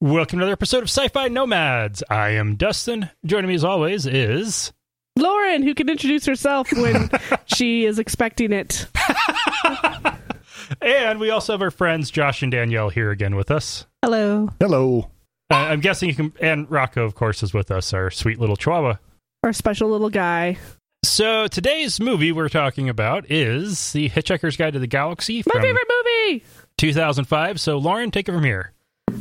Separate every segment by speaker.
Speaker 1: Welcome to another episode of Sci-Fi Nomads. I am Dustin. Joining me as always is
Speaker 2: Lauren, who can introduce herself when she is expecting it.
Speaker 1: and we also have our friends Josh and Danielle here again with us.
Speaker 2: Hello.
Speaker 3: Hello.
Speaker 1: Uh, I'm guessing you can and Rocco of course is with us, our sweet little chihuahua.
Speaker 2: Our special little guy.
Speaker 1: So today's movie we're talking about is The Hitchhiker's Guide to the Galaxy
Speaker 2: My
Speaker 1: from
Speaker 2: favorite movie.
Speaker 1: 2005. So Lauren, take it from here.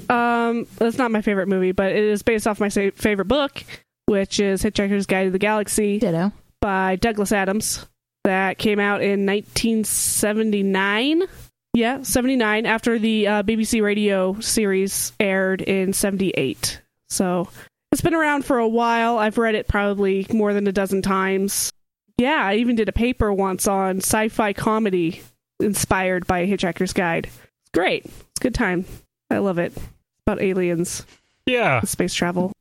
Speaker 2: Um, that's not my favorite movie, but it is based off my sa- favorite book, which is Hitchhiker's Guide to the Galaxy
Speaker 4: Ditto.
Speaker 2: by Douglas Adams. That came out in 1979. Yeah, 79, after the uh, BBC radio series aired in 78. So it's been around for a while. I've read it probably more than a dozen times. Yeah, I even did a paper once on sci fi comedy inspired by Hitchhiker's Guide. It's great. It's a good time. I love it. It's about aliens
Speaker 1: Yeah.
Speaker 2: and space travel.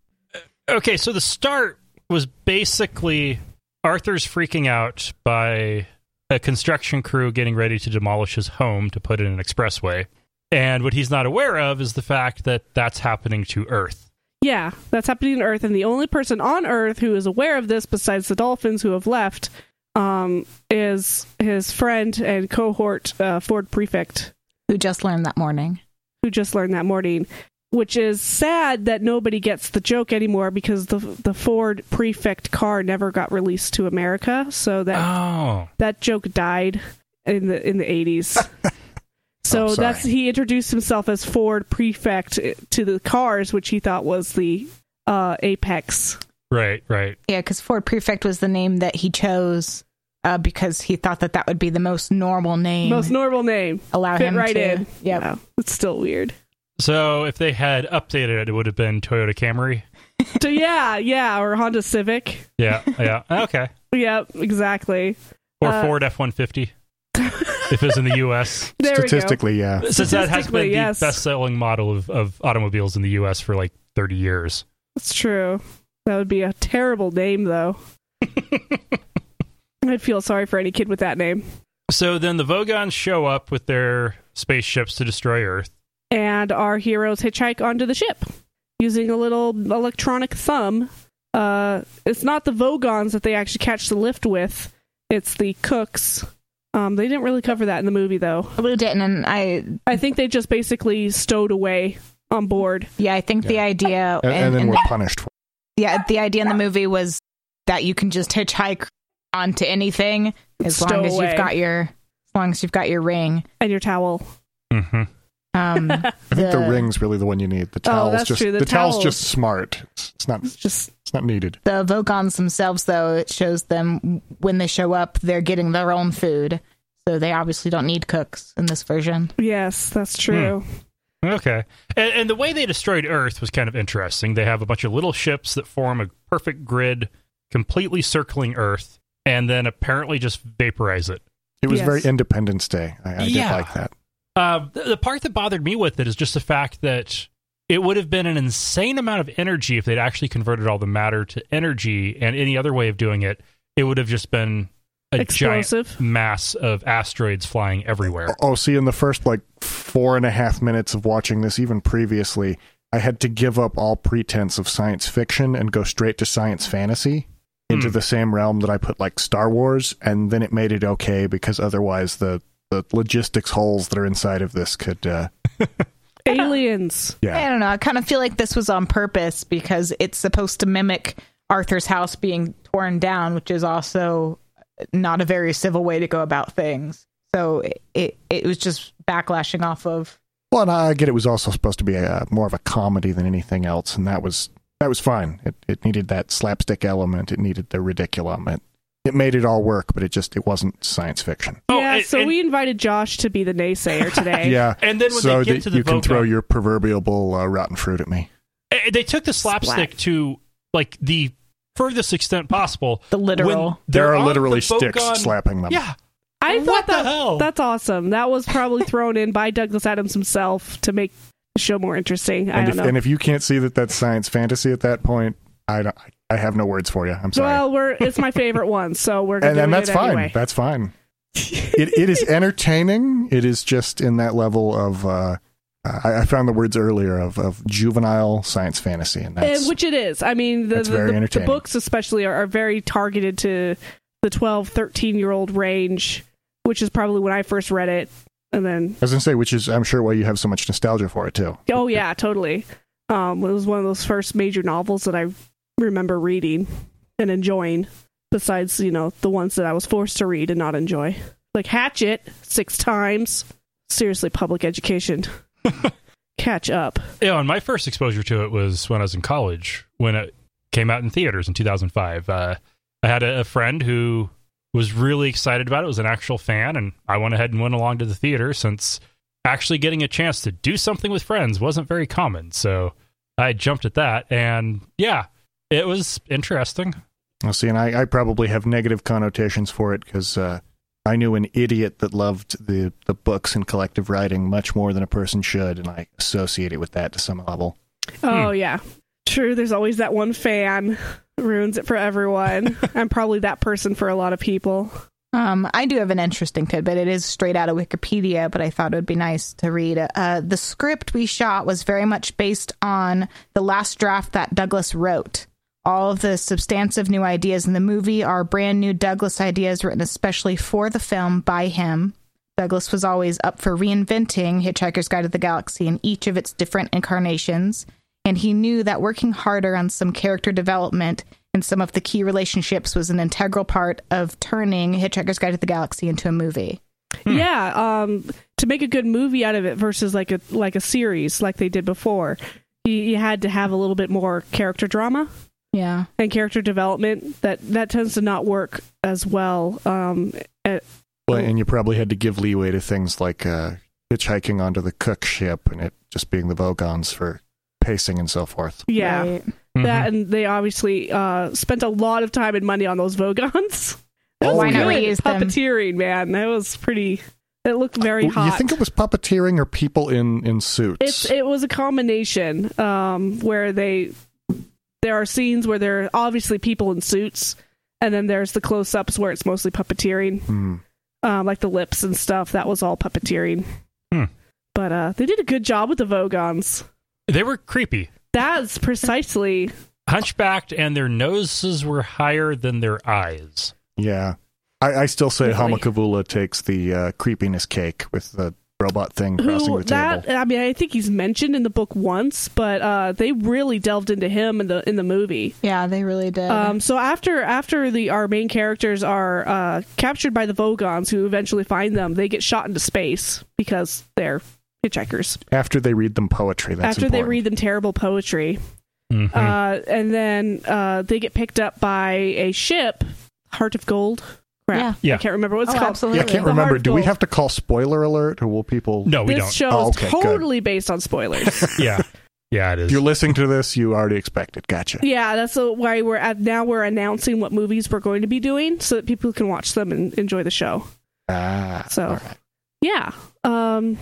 Speaker 1: Okay, so the start was basically Arthur's freaking out by a construction crew getting ready to demolish his home to put in an expressway. And what he's not aware of is the fact that that's happening to Earth.
Speaker 2: Yeah, that's happening on Earth, and the only person on Earth who is aware of this, besides the dolphins who have left, um, is his friend and cohort uh, Ford Prefect,
Speaker 4: Who just learned that morning.
Speaker 2: who just learned that morning. Which is sad that nobody gets the joke anymore because the the Ford Prefect car never got released to America, so that
Speaker 1: Oh.
Speaker 2: that joke died in the in the eighties. so
Speaker 3: Oh, sorry.
Speaker 2: that's he introduced himself as Ford Prefect eh, to the cars, which he thought was the uh, apex.
Speaker 1: Right, right.
Speaker 4: Yeah, because Ford Prefect was the name that he chose uh, because he thought that that would be the most normal name.
Speaker 2: Most normal name.
Speaker 4: allow
Speaker 2: Fit
Speaker 4: him
Speaker 2: right
Speaker 4: to,
Speaker 2: in.
Speaker 4: Yep.
Speaker 2: Wow. It's still weird.
Speaker 1: So if they had updated it, it would have been Toyota Camry.
Speaker 2: So yeah, yeah, or Honda Civic.
Speaker 1: Yeah, yeah. Okay.
Speaker 2: Yep, exactly.
Speaker 1: Or
Speaker 2: Uh,
Speaker 1: Ford F 150 if it's in the US.
Speaker 2: There
Speaker 3: Statistically, yeah.
Speaker 1: Since that has been the
Speaker 2: Statistically, yes.
Speaker 1: best selling model of, of automobiles in the US for like 30 years.
Speaker 2: we go. It's true. That would be a terrible name though. I'd feel sorry for any kid with that name.
Speaker 1: So then the Vogons show up with their spaceships to destroy Earth.
Speaker 2: and our heroes hitchhike onto the ship using a little electronic thumb. Uh, it's not the Vogons that they actually catch the lift with; it's the Cooks. Um, they didn't really cover that in the movie, though.
Speaker 4: We didn't. And I,
Speaker 2: I think they just basically stowed away on board.
Speaker 4: yeah, I think the idea.
Speaker 3: And, and then
Speaker 4: and-
Speaker 3: we're punished for
Speaker 4: yeah, the idea in the movie was that you can just hitchhike onto anything as
Speaker 2: Stow
Speaker 4: long as
Speaker 2: away.
Speaker 4: you've got your as long as you've got your ring.
Speaker 2: And your towel.
Speaker 1: Mm-hmm.
Speaker 4: Um,
Speaker 3: it. I think the, ring's really the one you need. The towel's
Speaker 2: Oh, that's
Speaker 3: just
Speaker 2: true, the
Speaker 3: the, towel's
Speaker 2: towel.
Speaker 3: just smart. It's it's not
Speaker 2: It's just
Speaker 3: it's not needed.
Speaker 4: The Vogons themselves, though, it shows them when they show up, they're getting their own food, so they obviously don't need cooks in this version.
Speaker 2: yes, that's
Speaker 3: Hmm.
Speaker 2: true.
Speaker 1: Okay. And, and the way they destroyed Earth was kind of interesting. They have a bunch of little ships that form a perfect grid, completely circling Earth, and then apparently just vaporize it.
Speaker 3: It was
Speaker 2: Yes.
Speaker 3: very Independence Day. I, I did
Speaker 1: Yeah.
Speaker 3: like that.
Speaker 1: Uh, the, the part that bothered me with it is just the fact that it would have been an insane amount of energy if they'd actually converted all the matter to energy and any other way of doing it. It would have just been a
Speaker 2: Explosive.
Speaker 1: giant mass of asteroids flying everywhere.
Speaker 3: Oh, see, in the first like four and a half minutes of watching this, even previously, I had to give up all pretense of science fiction and go straight to science fantasy into
Speaker 1: Hmm.
Speaker 3: the same realm that I put like Star Wars, and then it made it okay because otherwise the the logistics holes that are inside of this could uh,
Speaker 2: Aliens.
Speaker 4: I
Speaker 3: yeah
Speaker 4: don't know. I kind of feel like this was on purpose because it's supposed to mimic Arthur's house being torn down, which is also not a very civil way to go about things. So it it, it was just backlashing off of
Speaker 3: Well, and I get it was also supposed to be a, more of a comedy than anything else, and that was that was fine. It it needed that slapstick element. It needed the ridiculum. It it made it all work, but it just it wasn't science fiction.
Speaker 1: Oh,
Speaker 2: yeah,
Speaker 1: and-
Speaker 2: so
Speaker 1: and-
Speaker 2: we invited Josh to be the naysayer today.
Speaker 3: Yeah,
Speaker 1: And then when
Speaker 3: so
Speaker 1: they get
Speaker 3: that
Speaker 1: to the
Speaker 3: you can throw
Speaker 1: Vogon-
Speaker 3: your proverbial uh, rotten fruit at me.
Speaker 1: Eh, They took the slapstick
Speaker 2: Splat.
Speaker 1: to like the furthest extent possible.
Speaker 4: the literal.
Speaker 1: When they're
Speaker 3: There are
Speaker 1: on
Speaker 3: literally
Speaker 1: the
Speaker 3: sticks
Speaker 1: Vogon-
Speaker 3: slapping them.
Speaker 1: Yeah,
Speaker 2: I thought
Speaker 1: What the
Speaker 2: that
Speaker 1: hell?
Speaker 2: that's awesome. That was probably thrown in by Douglas Adams himself to make the show more interesting. I
Speaker 3: and
Speaker 2: don't
Speaker 3: if
Speaker 2: know.
Speaker 3: and if you can't see that that's science fantasy at that point, I don't. I have no words for you. I'm sorry.
Speaker 2: Well, we're it's my favorite one, so we're
Speaker 3: and
Speaker 2: doing
Speaker 3: and that's
Speaker 2: it
Speaker 3: fine.
Speaker 2: anyway.
Speaker 3: That's fine. it it is entertaining. It is just in that level of uh, Uh, I, I found the words earlier of, of juvenile science fantasy, and
Speaker 2: Uh,
Speaker 3: that's
Speaker 2: which it is. I mean, the,
Speaker 3: That's
Speaker 2: the,
Speaker 3: very
Speaker 2: the- the
Speaker 3: entertaining.
Speaker 2: books especially are, are very targeted to the 12, 13 year old range, which is probably when I first read it. And then,
Speaker 3: I was gonna say, which is I'm sure why you have so much nostalgia for it too.
Speaker 2: oh yeah, totally. Um, it was one of those first major novels that I remember reading and enjoying. Besides, you know, the ones that I was forced to read and not enjoy, like Hatchet six times. Seriously, public education, catch up.
Speaker 1: you know, and my first exposure to it was when I was in college when it came out in theaters in 2005. Uh, I had a, a friend who was really excited about it, was an actual fan, and I went ahead and went along to the theater since actually getting a chance to do something with friends wasn't very common. So I jumped at that, and yeah, it was interesting.
Speaker 3: Well, see, and I, I probably have negative connotations for it because uh, I knew an idiot that loved the, the books and collective writing much more than a person should, and I associate it with that to some level.
Speaker 2: Oh yeah. True, there's always that one fan ruins it for everyone. I'm probably that person for a lot of people.
Speaker 4: Um, I do have an interesting tidbit. It is straight out of Wikipedia, but I thought it would be nice to read. Uh, the script we shot was very much based on the last draft that Douglas wrote. All of the substantive new ideas in the movie are brand new Douglas ideas written especially for the film by him. Douglas was always up for reinventing Hitchhiker's Guide to the Galaxy in each of its different incarnations, and he knew that working harder on some character development and some of the key relationships was an integral part of turning Hitchhiker's Guide to the Galaxy into a movie.
Speaker 2: Yeah, um to make a good movie out of it versus like a like a series like they did before. You, you had to have a little bit more character drama
Speaker 4: Yeah.
Speaker 2: and character development that that tends to not work as well. Um
Speaker 3: Well,
Speaker 2: Oh.
Speaker 3: and you probably had to give leeway to things like uh, hitchhiking onto the cook ship and it just being the Vogons for pacing and so forth.
Speaker 2: yeah,
Speaker 1: Mhm.
Speaker 2: that and they obviously uh spent a lot of time and money on those Vogons. That
Speaker 3: Oh,
Speaker 2: was
Speaker 3: Why not
Speaker 2: good
Speaker 4: reuse them?
Speaker 2: puppeteering, man. That was pretty it looked very hot.
Speaker 3: You think it was puppeteering or people in, in suits?
Speaker 2: it's it was a combination um where they there are scenes where there are obviously people in suits and then there's the close-ups where it's mostly puppeteering
Speaker 3: Hmm.
Speaker 2: um like the lips and stuff that was all puppeteering
Speaker 1: Hmm.
Speaker 2: but uh they did a good job with the vogons
Speaker 1: They were creepy.
Speaker 2: that's precisely
Speaker 1: Hunchbacked, and their noses were higher than their eyes.
Speaker 3: Yeah. I, I still say
Speaker 2: Really?
Speaker 3: Hamakavula takes the uh, creepiness cake with the robot thing crossing
Speaker 2: who
Speaker 3: the table.
Speaker 2: that i mean i think he's mentioned in the book once but uh they really delved into him in the in the movie
Speaker 4: Yeah, they really did.
Speaker 2: Um, so after after the our main characters are uh, captured by the Vogons, who eventually find them, they get shot into space because they're hitchhikers.
Speaker 3: After they read them poetry, that's
Speaker 2: after they
Speaker 3: important. Mm-hmm.
Speaker 2: read them terrible poetry,
Speaker 1: Mhm.
Speaker 2: uh, and then uh, they get picked up by a ship, Heart of Gold. Crap.
Speaker 4: Yeah.
Speaker 1: Yeah.
Speaker 2: I can't remember what it's
Speaker 4: Oh,
Speaker 2: called.
Speaker 4: absolutely.
Speaker 3: Yeah, I can't
Speaker 2: The
Speaker 3: remember.
Speaker 2: hard
Speaker 3: Do we
Speaker 2: goal.
Speaker 3: have to call spoiler alert, or will people?
Speaker 1: no, we
Speaker 2: this
Speaker 1: don't.
Speaker 2: show
Speaker 3: Oh,
Speaker 2: is
Speaker 3: okay, good.
Speaker 2: totally based on spoilers.
Speaker 1: yeah, yeah, it
Speaker 3: If
Speaker 1: is.
Speaker 3: you're listening to this, you already expect it. Gotcha.
Speaker 2: yeah, that's the- why we're at now. We're announcing what movies we're going to be doing so that people can watch them and enjoy the show.
Speaker 3: Ah,
Speaker 2: So-
Speaker 3: all right.
Speaker 2: Yeah. Um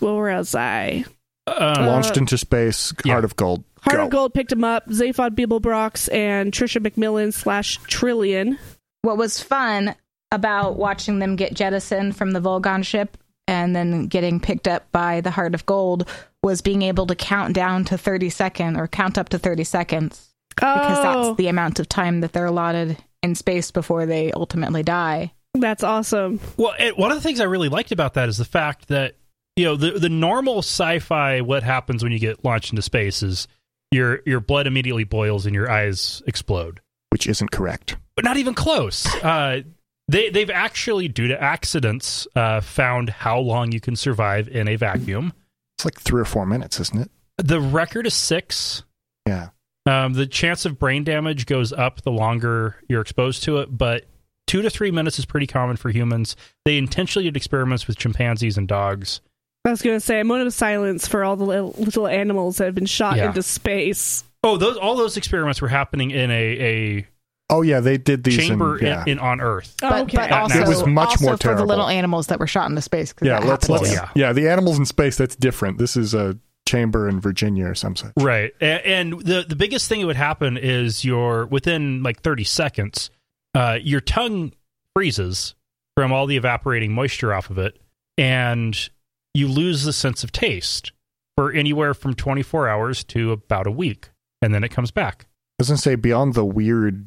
Speaker 2: where was I?
Speaker 1: Um,
Speaker 3: launched into space,
Speaker 1: yeah.
Speaker 3: heart of gold.
Speaker 2: uh, Heart
Speaker 3: Go.
Speaker 2: of Gold picked him up. Zaphod Beeblebrox and Trisha McMillan slash Trillion.
Speaker 4: what was fun about watching them get jettisoned from the Volgon ship and then getting picked up by the Heart of Gold was being able to count down to 30 second or count up to 30 seconds because
Speaker 2: Oh,
Speaker 4: that's the amount of time that they're allotted in space before they ultimately die.
Speaker 2: that's awesome.
Speaker 1: Well, it, one of the things I really liked about that is the fact that you know the the normal sci-fi what happens when you get launched into space is your your blood immediately boils and your eyes explode,
Speaker 3: which isn't correct.
Speaker 1: but not even close. Uh, they they've actually due to accidents uh, found how long you can survive in a vacuum.
Speaker 3: It's like three or four minutes, isn't it?
Speaker 1: The record is six.
Speaker 3: Yeah.
Speaker 1: Um, the chance of brain damage goes up the longer you're exposed to it, but two to three minutes is pretty common for humans. They intentionally did experiments with chimpanzees and dogs.
Speaker 2: I was going to say a moment of silence for all the little, little animals that have been shot
Speaker 1: Yeah.
Speaker 2: into space.
Speaker 1: Oh, those all those experiments were happening in a,
Speaker 3: Oh yeah, they did
Speaker 1: a
Speaker 3: these.
Speaker 1: chamber
Speaker 3: in, yeah.
Speaker 1: in, in on Earth.
Speaker 4: But,
Speaker 2: okay.
Speaker 4: but
Speaker 1: Not
Speaker 4: also,
Speaker 1: now. It was
Speaker 3: much
Speaker 4: Oh, also
Speaker 3: more
Speaker 4: for the
Speaker 3: terrible.
Speaker 4: little animals that were shot into space. 'cause
Speaker 3: yeah,
Speaker 4: that
Speaker 3: let's
Speaker 4: happens
Speaker 3: let's.
Speaker 4: too.
Speaker 3: Yeah.
Speaker 1: Yeah.
Speaker 3: the animals in space. That's different. This is a chamber in Virginia or some such.
Speaker 1: Right, A- and, the the biggest thing that would happen is your within like thirty seconds, uh, your tongue freezes from all the evaporating moisture off of it, and you lose the sense of taste for anywhere from 24 hours to about a week, and then it comes back.
Speaker 3: I was gonna say beyond the weird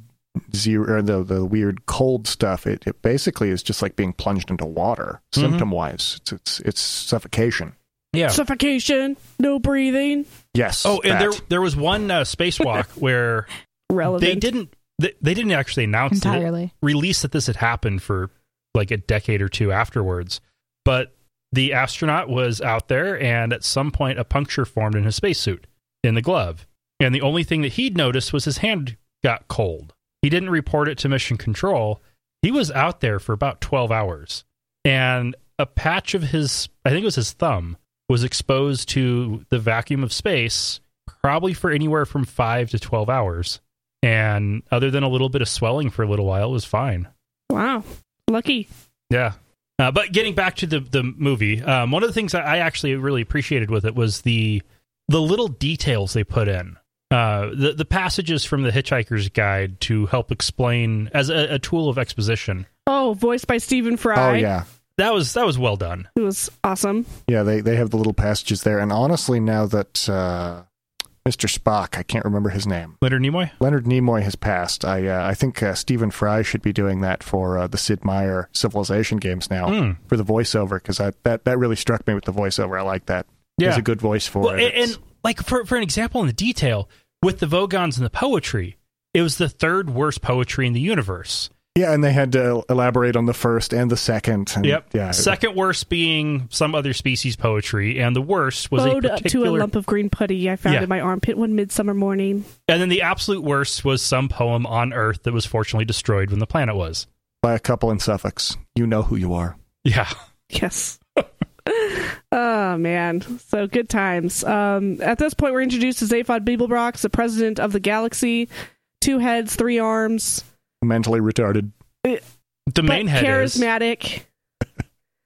Speaker 3: zero or the the weird cold stuff, it, it basically is just like being plunged into water,
Speaker 1: Mhm.
Speaker 3: symptom wise. It's, it's it's suffocation.
Speaker 1: Yeah.
Speaker 2: Suffocation, no breathing.
Speaker 3: Yes.
Speaker 1: oh, and
Speaker 3: that.
Speaker 1: there there was one uh, spacewalk where
Speaker 2: Relevant.
Speaker 1: they didn't they, they didn't actually announce that it,
Speaker 4: entirely.
Speaker 1: release that this had happened for like a decade or two afterwards. But the astronaut was out there, and at some point, a puncture formed in his spacesuit in the glove. And the only thing that he'd noticed was his hand got cold. He didn't report it to mission control. He was out there for about 12 hours, and a patch of his, I think it was his thumb, was exposed to the vacuum of space, probably for anywhere from five to 12 hours and other than a little bit of swelling for a little while, it was fine.
Speaker 2: Wow, lucky.
Speaker 1: Yeah. Uh, but getting back to the the movie, um, one of the things I, I actually really appreciated with it was the the little details they put in. Uh, the the passages from the Hitchhiker's Guide to help explain as a, a tool of exposition.
Speaker 2: Oh, voiced by Stephen
Speaker 3: Oh
Speaker 2: Fry.
Speaker 3: yeah.
Speaker 1: That was that was well done.
Speaker 2: It was awesome.
Speaker 3: Yeah, they, they have the little passages there. And honestly, now that uh, Mr. Spock, I can't remember his name,
Speaker 1: Leonard Nimoy.
Speaker 3: Leonard Nimoy has passed, I uh, I think uh, Stephen Fry should be doing that for uh, the Sid Meier Civilization games now
Speaker 1: Hmm.
Speaker 3: for the voiceover because that, that really struck me with the voiceover. I like that. He has
Speaker 1: Yeah.
Speaker 3: a good voice for
Speaker 1: Well,
Speaker 3: it.
Speaker 1: and, and like for for an example in the detail with the Vogons and the poetry, it was the third worst poetry in the universe.
Speaker 3: yeah, and they had to elaborate on the first and the second. And,
Speaker 1: Yep.
Speaker 3: Yeah.
Speaker 1: Second worst being some other species poetry, and the worst was
Speaker 2: Bowed
Speaker 1: a
Speaker 2: up to a
Speaker 1: particular.
Speaker 2: lump of green putty I found
Speaker 1: Yeah.
Speaker 2: in my armpit one midsummer morning.
Speaker 1: and then the absolute worst was some poem on Earth that was fortunately destroyed when the planet was.
Speaker 3: By a couple in suffix. You know who you are.
Speaker 1: Yeah.
Speaker 2: Yes. oh man, so good times. Um, at this point, we're introduced to Zaphod Beeblebrox, the president of the galaxy. Two heads, three arms.
Speaker 3: Mentally retarded.
Speaker 1: The
Speaker 2: but
Speaker 1: main head is
Speaker 2: charismatic.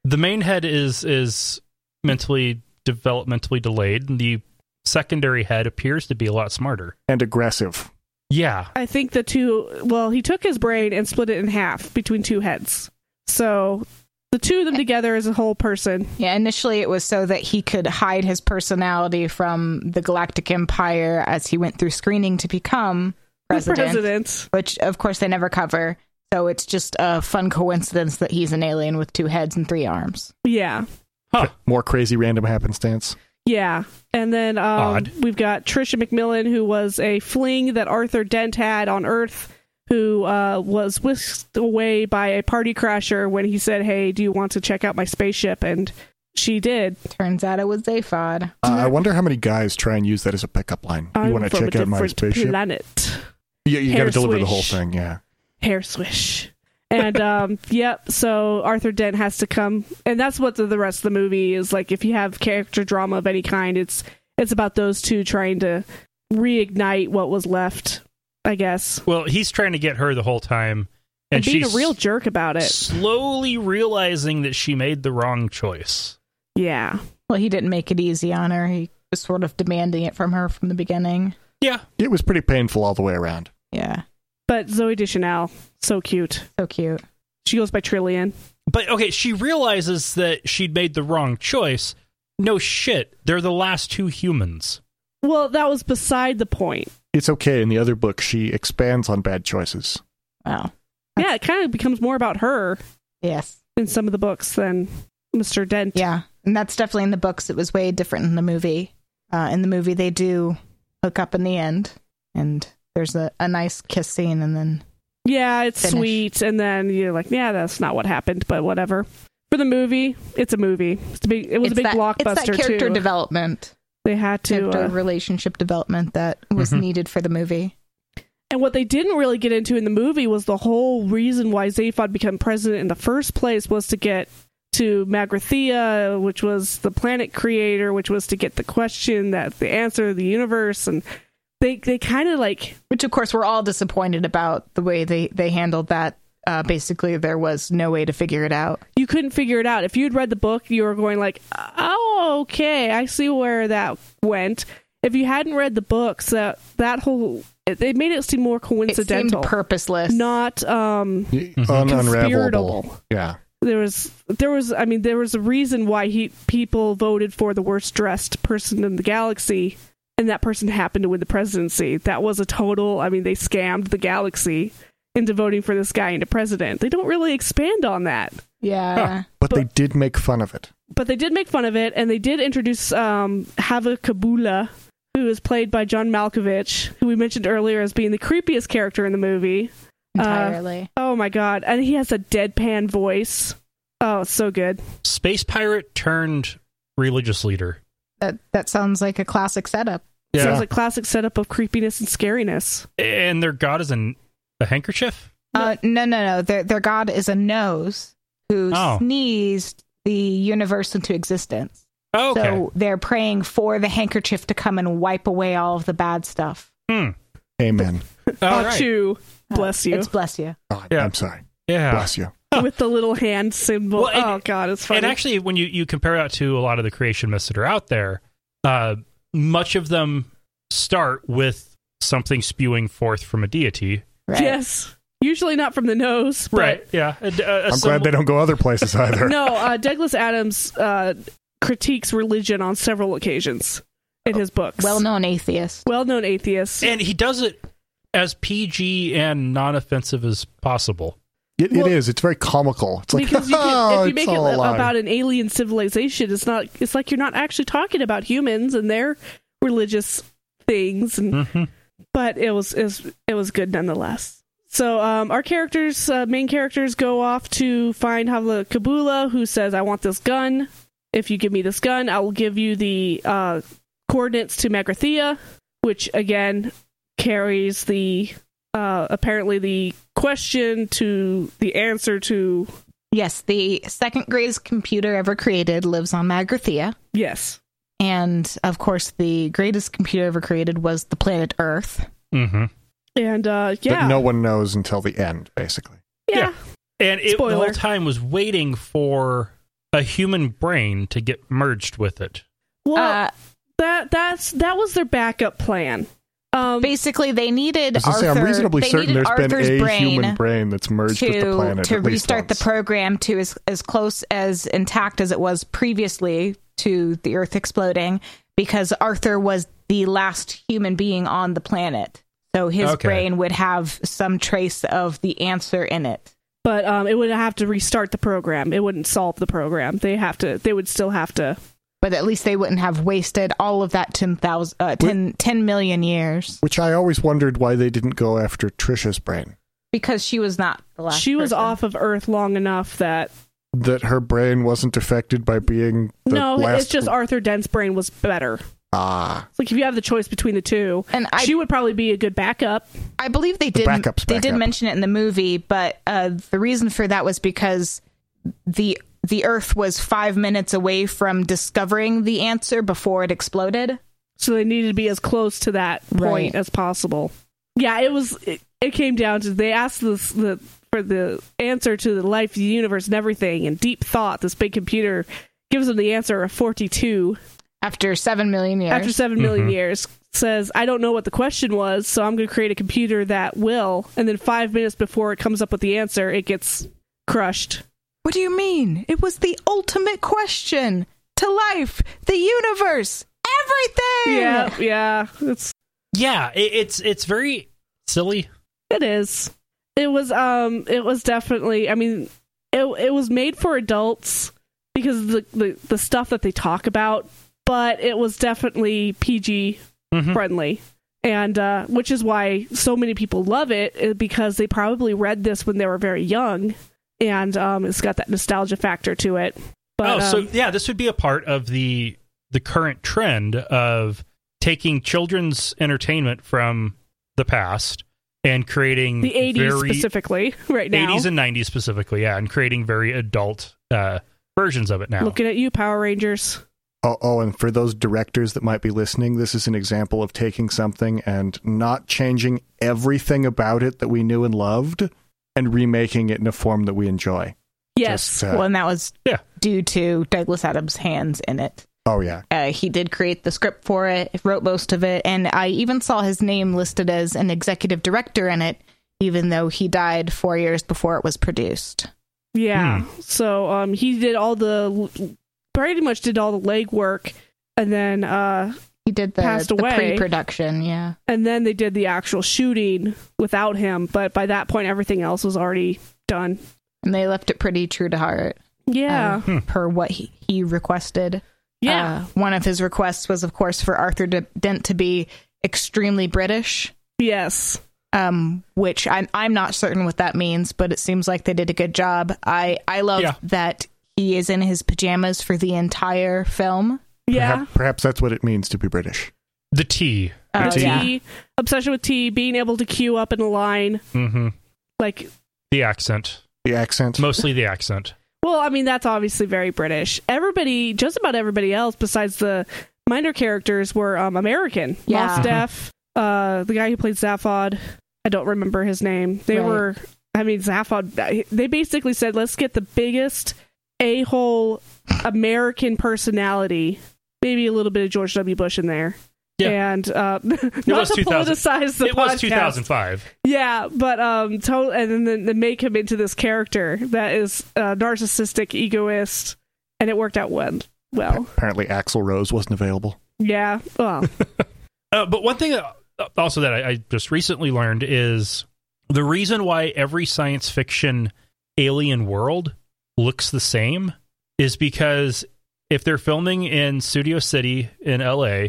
Speaker 1: the main head is is mentally developmentally delayed, and the secondary head appears to be a lot smarter.
Speaker 3: And aggressive.
Speaker 1: Yeah.
Speaker 2: I think the two. Well, he took his brain and split it in half between two heads. So the two of them together is a whole person.
Speaker 4: Yeah, initially it was so that he could hide his personality from the Galactic Empire as he went through screening to become
Speaker 2: The
Speaker 4: president,
Speaker 2: president.
Speaker 4: which of course they never cover. So it's just a fun coincidence that he's an alien with two heads and three arms.
Speaker 2: Yeah.
Speaker 1: Huh.
Speaker 3: More crazy random happenstance.
Speaker 2: Yeah. And then um,
Speaker 1: Odd.
Speaker 2: we've got Trisha McMillan, who was a fling that Arthur Dent had on Earth, who uh, was whisked away by a party crasher when he said, Hey, do you want to check out my spaceship? And she did.
Speaker 4: Turns out it was Zaphod.
Speaker 3: Uh, I wonder how many guys try and use that as a pickup line. You
Speaker 2: I'm
Speaker 3: want to
Speaker 2: from
Speaker 3: check
Speaker 2: a
Speaker 3: out my
Speaker 2: different
Speaker 3: spaceship?
Speaker 2: planet.
Speaker 3: You, you got to
Speaker 2: Hair
Speaker 3: deliver the
Speaker 2: swish.
Speaker 3: whole thing, yeah.
Speaker 2: hair swish. And um, yep, so Arthur Dent has to come, and that's what the, the rest of the movie is like. If you have character drama of any kind, it's it's about those two trying to reignite what was left, I guess,
Speaker 1: Well, he's trying to get her the whole time, and,
Speaker 2: and, being a
Speaker 1: she's
Speaker 2: real jerk about it.
Speaker 1: slowly realizing that she made the wrong choice.
Speaker 2: Yeah,
Speaker 4: Well, he didn't make it easy on her. He was sort of demanding it from her from the beginning.
Speaker 1: Yeah.
Speaker 3: It was pretty painful all the way around.
Speaker 4: Yeah,
Speaker 2: but Zoe Deschanel, so cute.
Speaker 4: so cute.
Speaker 2: She goes by Trillian.
Speaker 1: But okay, she realizes that she'd made the wrong choice. No shit, they're the last two humans.
Speaker 2: Well, that was beside the point.
Speaker 3: It's okay. In the other book, she expands on bad choices.
Speaker 4: Wow.
Speaker 2: Yeah, it kind of becomes more about her
Speaker 4: Yes.
Speaker 2: in some of the books than Mister Dent.
Speaker 4: Yeah, and that's definitely in the books. It was way different in the movie. Uh, in the movie, they do hook up in the end, and there's a, a nice kiss scene, and then
Speaker 2: Yeah, it's
Speaker 4: finish.
Speaker 2: sweet, and then you're like, yeah, that's not what happened, but whatever. For the movie, it's a movie. It's a big, it was
Speaker 4: it's
Speaker 2: a big
Speaker 4: that, It's
Speaker 2: blockbuster
Speaker 4: that character
Speaker 2: too.
Speaker 4: development,
Speaker 2: they had to,
Speaker 4: character
Speaker 2: uh, Mm-hmm.
Speaker 4: relationship development that was
Speaker 1: Mhm.
Speaker 4: needed for the movie.
Speaker 2: and what they didn't really get into in the movie was the whole reason why Zaphod became president in the first place was to get to Magrathea, which was the planet creator, which was to get the question that the answer of the universe, and they they kind of like
Speaker 4: Which, of course, we're all disappointed about the way they they handled that. Uh, basically, there was no way to figure it out.
Speaker 2: you couldn't figure it out. If you'd read the book, you were going like, "Oh, okay, I see where that went." If you hadn't read the books, that that whole it, they made it seem more
Speaker 4: It
Speaker 2: coincidental,
Speaker 4: seemed purposeless.
Speaker 2: not um
Speaker 3: Un- unravelable.
Speaker 2: conspiratable.
Speaker 3: Yeah.
Speaker 2: there was there was I mean there was a reason why he people voted for the worst dressed person in the galaxy and that person happened to win the presidency. That was a total I mean they scammed the galaxy into voting for this guy into president. They don't really expand on that.
Speaker 4: Yeah.
Speaker 3: but they did make fun of it.
Speaker 2: But they did make fun of it and they did introduce um Hava Kabula who is played by John Malkovich, who we mentioned earlier as being the creepiest character in the movie. Uh,
Speaker 4: Entirely.
Speaker 2: Oh my god. And he has a deadpan voice. Oh, it's so good.
Speaker 1: Space pirate turned religious leader.
Speaker 4: that that sounds like a classic setup.
Speaker 2: Sounds like classic setup of creepiness and scariness.
Speaker 1: and their god is an, a handkerchief.
Speaker 4: Uh, no, no, no. Their their god is a nose who
Speaker 1: Oh.
Speaker 4: sneezed the universe into existence.
Speaker 1: Oh, okay.
Speaker 4: So they're praying for the handkerchief to come and wipe away all of the bad stuff.
Speaker 1: hmm.
Speaker 3: Amen.
Speaker 1: All right.
Speaker 2: Achoo. Bless you.
Speaker 4: Uh, It's bless you.
Speaker 3: God,
Speaker 1: Yeah.
Speaker 3: I'm sorry.
Speaker 1: Yeah.
Speaker 3: Bless you.
Speaker 2: With the little hand symbol.
Speaker 1: Well, and-
Speaker 2: oh god, it's funny.
Speaker 1: And actually, when you, you compare that to a lot of the creation myths that are out there, uh, much of them start with something spewing forth from a deity.
Speaker 4: Right.
Speaker 2: Yes. Usually not from the nose, but
Speaker 1: Yeah. A- a- a
Speaker 3: I'm
Speaker 1: symbol-
Speaker 3: glad they don't go other places either.
Speaker 2: no, uh, Douglas Adams uh, critiques religion on several occasions in his books.
Speaker 4: Well known atheist.
Speaker 2: well known atheist.
Speaker 1: And he does it as PG and non offensive as possible.
Speaker 3: It,
Speaker 2: Well-
Speaker 3: it is. It's very comical. It's like,
Speaker 2: because you can,
Speaker 3: oh,
Speaker 2: if you
Speaker 3: it's
Speaker 2: make it
Speaker 3: all a lie.
Speaker 2: about an alien civilization, it's not. It's like you're not actually talking about humans and their religious things. And
Speaker 1: Mm-hmm.
Speaker 2: but it was it was, it was good nonetheless. So um, our characters, uh, main characters, go off to find Havla Kabula, who says, "I want this gun. If you give me this gun, I will give you the uh, coordinates to Magrathea, which again carries the uh, apparently the question to the answer to
Speaker 4: Yes, the second greatest computer ever created lives on Magrathea.
Speaker 2: yes,
Speaker 4: And of course, the greatest computer ever created was the planet Earth.
Speaker 1: Mm-hmm.
Speaker 2: and uh, yeah,
Speaker 3: that no one knows until the end, basically.
Speaker 2: yeah,
Speaker 1: Yeah. And it the
Speaker 2: Spoiler.
Speaker 1: whole time was waiting for a human brain to get merged with it.
Speaker 2: Well,
Speaker 4: Uh,
Speaker 2: that that's that was their backup plan. Um,
Speaker 4: basically, they needed
Speaker 3: I was gonna say, I'm
Speaker 4: Arthur-
Speaker 3: reasonably
Speaker 4: they
Speaker 3: certain
Speaker 4: needed
Speaker 3: there's
Speaker 4: Arthur's
Speaker 3: been a
Speaker 4: brain
Speaker 3: human brain that's merged with the
Speaker 4: to
Speaker 3: planet.
Speaker 4: to
Speaker 3: at least
Speaker 4: restart the
Speaker 3: once.
Speaker 4: program to as as close as intact as it was previously to the Earth exploding, because Arthur was the last human being on the planet, so his
Speaker 1: Okay.
Speaker 4: brain would have some trace of the answer in it.
Speaker 2: but um, it would have to restart the program. It wouldn't solve the program. They have to. They would still have to.
Speaker 4: But at least they wouldn't have wasted all of that 10,000 uh, 10, 10 million years
Speaker 3: Which I always wondered why they didn't go after Trisha's brain.
Speaker 4: because she was not the last.
Speaker 2: she was
Speaker 4: person.
Speaker 2: off of Earth long enough that
Speaker 3: That her brain wasn't affected by being the
Speaker 2: no,
Speaker 3: last.
Speaker 2: it's just Arthur Dent's brain was better.
Speaker 3: ah,
Speaker 2: It's Like if you have the choice between the two,
Speaker 4: And I
Speaker 2: she would probably be a good backup.
Speaker 4: I believe they did.
Speaker 3: backup's
Speaker 4: They did
Speaker 3: backup.
Speaker 4: mention it in the movie, but uh, the reason for that was because the the Earth was five minutes away from discovering the answer before it exploded.
Speaker 2: So they needed to be as close to that point
Speaker 4: Right.
Speaker 2: as possible. Yeah, it was. It, it came down to they asked this the for the answer to the life, the universe, and everything. And deep thought, this big computer gives them the answer of forty-two
Speaker 4: After seven million years,
Speaker 2: after seven million
Speaker 1: Mhm.
Speaker 2: years. Says, I don't know what the question was, so I'm going to create a computer that will. And then five minutes before it comes up with the answer, it gets crushed.
Speaker 4: what do you mean? It was the ultimate question to life, the universe, everything.
Speaker 2: Yeah, yeah, it's
Speaker 1: Yeah, it, it's it's very silly.
Speaker 2: It is. It was um it was definitely I mean it it was made for adults because of the the, the stuff that they talk about, but it was definitely PG
Speaker 1: Mhm.
Speaker 2: friendly. And uh which is why so many people love it uh, because they probably read this when they were very young and um it's got that nostalgia factor to it. But
Speaker 1: oh, so
Speaker 2: um,
Speaker 1: yeah, this would be a part of the the current trend of taking children's entertainment from the past and creating
Speaker 2: the 80s
Speaker 1: very
Speaker 2: specifically right now.
Speaker 1: 80s and 90s specifically, yeah, and creating very adult uh, versions of it now.
Speaker 2: Looking at you Power Rangers.
Speaker 3: Oh, oh, and for those directors that might be listening, this is an example of taking something and not changing everything about it that we knew and loved and remaking it in a form that we enjoy.
Speaker 2: Yes.
Speaker 3: Just, uh,
Speaker 4: Well, and that was
Speaker 1: Yeah.
Speaker 4: due to Douglas Adams' hands in it.
Speaker 3: oh, yeah.
Speaker 4: Uh, he did create the script for it, wrote most of it, and I even saw his name listed as an executive director in it, even though he died four years before it was produced.
Speaker 2: Yeah. So um, he did all the pretty much did all the legwork, and then uh,
Speaker 4: He did the,
Speaker 2: Passed
Speaker 4: the
Speaker 2: away.
Speaker 4: pre-production, yeah.
Speaker 2: and then they did the actual shooting without him. But by that point, everything else was already done. Uh,
Speaker 4: And they left it pretty true to heart
Speaker 2: Yeah.
Speaker 4: um, per what he, he requested.
Speaker 2: yeah.
Speaker 4: Uh, one of his requests was, of course, for Arthur D- Dent to be extremely British,
Speaker 2: yes.
Speaker 4: um, which I'm I'm not certain what that means, but it seems like they did a good job. I I love
Speaker 1: Yeah.
Speaker 4: that he is in his pajamas for the entire film.
Speaker 2: Yeah.
Speaker 3: Perhaps, perhaps that's what it means to be British.
Speaker 1: The T.
Speaker 4: Uh,
Speaker 2: tea.
Speaker 4: yeah.
Speaker 2: Obsession with tea. Being able to queue up in a line.
Speaker 1: hmm
Speaker 2: Like
Speaker 1: The accent.
Speaker 3: The accent.
Speaker 1: Mostly the accent.
Speaker 2: Well, I mean, that's obviously very British. Everybody, just about everybody else besides the minor characters were um, American.
Speaker 4: Yeah.
Speaker 2: Moss Def, uh, the guy who played Zaphod, I don't remember his name. They
Speaker 4: Right.
Speaker 2: were, I mean, Zaphod, they basically said, let's get the biggest a hole American personality, maybe a little bit of George W. Bush in there.
Speaker 1: Yeah.
Speaker 2: And uh, not to
Speaker 1: was 2000.
Speaker 2: politicize the
Speaker 1: it was
Speaker 2: podcast.
Speaker 1: 2005.
Speaker 2: Yeah, but um, to- and then- then they make him into this character that is uh, narcissistic, egoist, and it worked out well. Well,
Speaker 3: Apparently, Axel Rose wasn't available.
Speaker 2: yeah, well,
Speaker 1: Uh, but one thing uh, also that I, I just recently learned is the reason why every science fiction alien world looks the same is because if they're filming in Studio City in LA,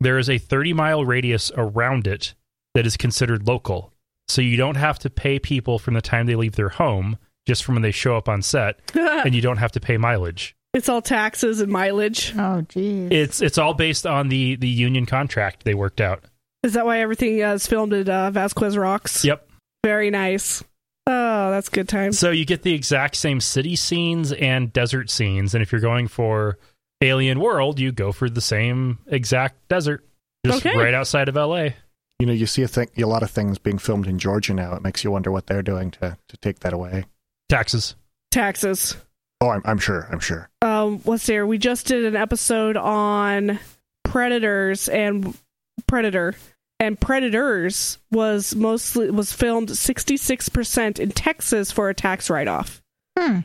Speaker 1: there is a 30 mile radius around it that is considered local. So you don't have to pay people from the time they leave their home, just from when they show up on set, and you don't have to pay mileage.
Speaker 2: it's all taxes and mileage.
Speaker 4: Oh, geez.
Speaker 1: It's it's all based on the the union contract they worked out.
Speaker 2: Is that why everything uh, is filmed at uh, Vasquez Rocks?
Speaker 1: Yep.
Speaker 2: Very nice. Oh, that's good times.
Speaker 1: So you get the exact same city scenes and desert scenes, and if you're going for Alien World, you go for the same exact desert, just
Speaker 2: Okay.
Speaker 1: right outside of LA.
Speaker 3: You know, you see a, thing, a lot of things being filmed in Georgia now. It makes you wonder what they're doing to, to take that away.
Speaker 1: Taxes.
Speaker 2: Taxes.
Speaker 3: Oh, I'm, I'm sure. I'm sure.
Speaker 2: Um, what's there? We just did an episode on predators and predator and predators was mostly was filmed 66% in texas for a tax write-off
Speaker 4: Hmm.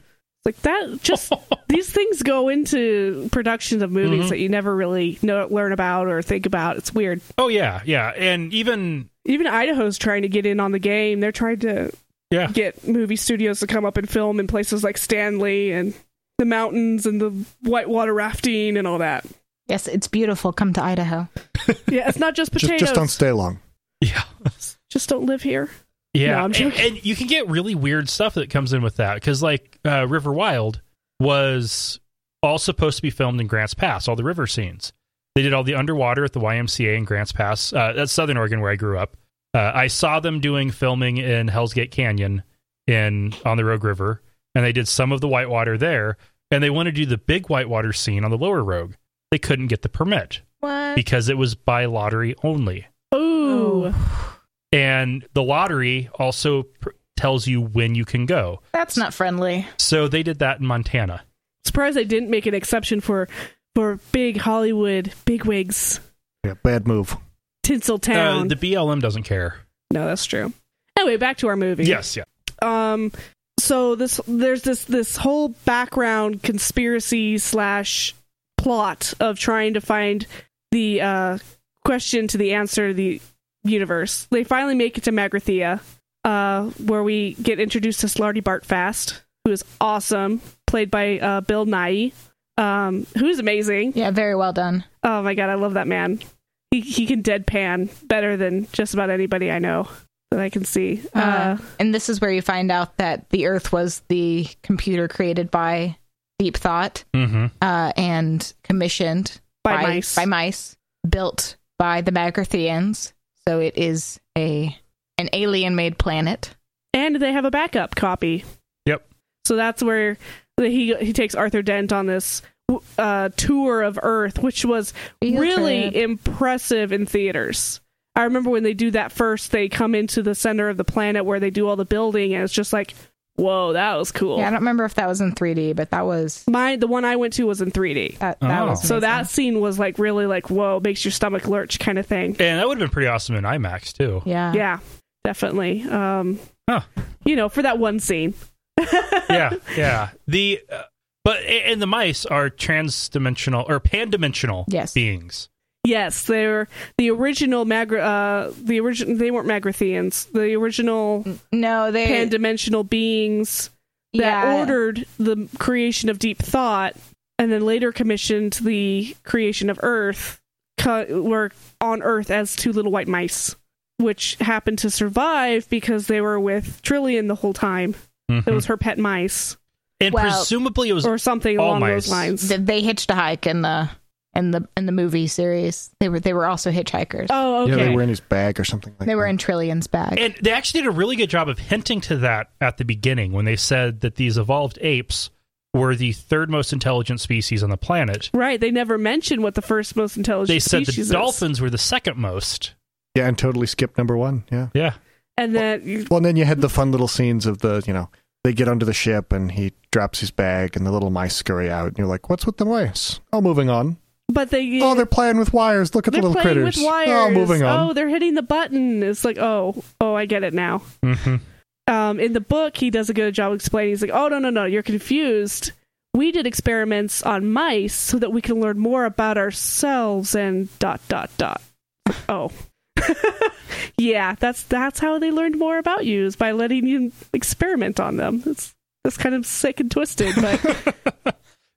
Speaker 2: like that just these things go into productions of movies
Speaker 1: Mhm.
Speaker 2: that you never really know learn about or think about it's weird
Speaker 1: Oh yeah, yeah, and even
Speaker 2: even idaho's trying to get in on the game they're trying to
Speaker 1: yeah,
Speaker 2: get movie studios to come up and film in places like stanley and the mountains and the whitewater rafting and all that
Speaker 4: Yes, it's beautiful. Come to Idaho.
Speaker 2: Yeah, it's not just
Speaker 3: Just,
Speaker 2: potatoes.
Speaker 3: just don't stay long.
Speaker 1: yeah,
Speaker 2: live here. No,
Speaker 1: yeah,
Speaker 2: I'm
Speaker 1: and,
Speaker 2: joking.
Speaker 1: and you can get really weird stuff that comes in with that because like uh, River Wild was all supposed to be filmed in Grants Pass, all the river scenes. They did all the underwater at the YMCA in Grants Pass. Uh, that's Southern Oregon, where I grew up. Uh, I saw them doing filming in Hell's Gate Canyon in on the Rogue River, and they did some of the whitewater there. And they wanted to do the big whitewater scene on the Lower Rogue. They couldn't get the permit
Speaker 4: What?
Speaker 1: because it was by lottery only Oh.
Speaker 2: Ooh.
Speaker 1: and the lottery also pr- tells you when you can go.
Speaker 4: That's not friendly.
Speaker 1: So they did that in Montana.
Speaker 2: Surprised they didn't make an exception for for big Hollywood bigwigs,
Speaker 3: Yeah, bad move.
Speaker 2: Tinseltown.
Speaker 1: Uh, the BLM doesn't care.
Speaker 2: no, that's true. Anyway, back to our movie.
Speaker 1: Yes, yeah.
Speaker 2: Um so this there's this this whole background conspiracy slash plot of trying to find the uh question to the answer to the universe. They finally make it to Magrathea, uh, where we get introduced to Slarty Bart Fast, who is awesome, played by uh, Bill Nye, um, who's amazing.
Speaker 4: Yeah, very well done.
Speaker 2: Oh my god, I love that man. He he can deadpan better than just about anybody I know that I can see. Uh,
Speaker 4: Uh, and this is where you find out that the Earth was the computer created by Deep Thought
Speaker 1: Mm-hmm.
Speaker 4: uh, and commissioned
Speaker 2: by, mice.
Speaker 4: by mice, built by the Magratheans. So it is a an alien made planet.
Speaker 2: and they have a backup copy.
Speaker 1: Yep.
Speaker 2: So that's where the, he he takes Arthur Dent on this w- uh, tour of Earth, which was
Speaker 4: Field
Speaker 2: really
Speaker 4: trip.
Speaker 2: impressive in theaters. I remember when they do that first, they come into the center of the planet where they do all the building, and it's just like, whoa, that was cool.
Speaker 4: Yeah, I don't remember if that was in 3D, but that was
Speaker 2: My the one I went to was in 3D,
Speaker 4: that, that
Speaker 1: Oh.
Speaker 4: was
Speaker 2: so
Speaker 4: amazing.
Speaker 2: that scene was like really like whoa, makes your stomach lurch kind of thing.
Speaker 1: And that would have been pretty awesome in IMAX too.
Speaker 4: yeah.
Speaker 2: yeah definitely um
Speaker 1: Huh.
Speaker 2: you know for that one scene
Speaker 1: yeah, yeah. The uh, but a- and the mice are trans-dimensional or pan-dimensional
Speaker 4: Yes.
Speaker 1: beings.
Speaker 2: Yes, they were the original Magra. Uh, the origin. They weren't Magrathians. The original
Speaker 4: No, they
Speaker 2: pan-dimensional beings that
Speaker 4: Mm-hmm. yeah.
Speaker 2: ordered the creation of Deep Thought, and then later commissioned the creation of Earth. Co- were on Earth as two little white mice, which happened to survive because they were with Trillian the whole time. It was her pet mice
Speaker 1: and
Speaker 4: Well-
Speaker 1: presumably it Mm-hmm. was
Speaker 2: or something
Speaker 1: all
Speaker 2: along
Speaker 1: mice.
Speaker 2: those lines.
Speaker 4: Th- they hitched a hike in the in the in the movie series. They were they were also hitchhikers.
Speaker 2: oh, okay.
Speaker 3: Yeah, they were in his bag or something like
Speaker 4: they were
Speaker 3: that.
Speaker 4: in Trillion's bag.
Speaker 1: And they actually did a really good job of hinting to that at the beginning when they said that these evolved apes were the third most intelligent species on the planet.
Speaker 2: Right, they never mentioned what the first most intelligent
Speaker 1: They said
Speaker 2: species
Speaker 1: the
Speaker 2: is.
Speaker 1: dolphins were the second most.
Speaker 3: Yeah, and totally skipped number one. Yeah.
Speaker 1: Yeah.
Speaker 2: and then
Speaker 3: Well, and then you had the fun little scenes of the, you know, they get onto the ship and he drops his bag and the little mice scurry out. And you're like, what's with the mice? Oh, moving on.
Speaker 2: but they
Speaker 3: Oh, they're playing with wires. Look at
Speaker 2: they're
Speaker 3: the little
Speaker 2: playing
Speaker 3: critters.
Speaker 2: with wires.
Speaker 3: Oh, moving on.
Speaker 2: Oh, they're hitting the button. It's like, oh, oh, I get it now.
Speaker 1: Mm-hmm.
Speaker 2: Um, in the book, he does a good job explaining. He's like, oh no, no, no, you're confused. We did experiments on mice so that we can learn more about ourselves and dot dot dot. Oh, yeah, that's that's how they learned more about you is by letting you experiment on them. It's that's kind of sick and twisted, but.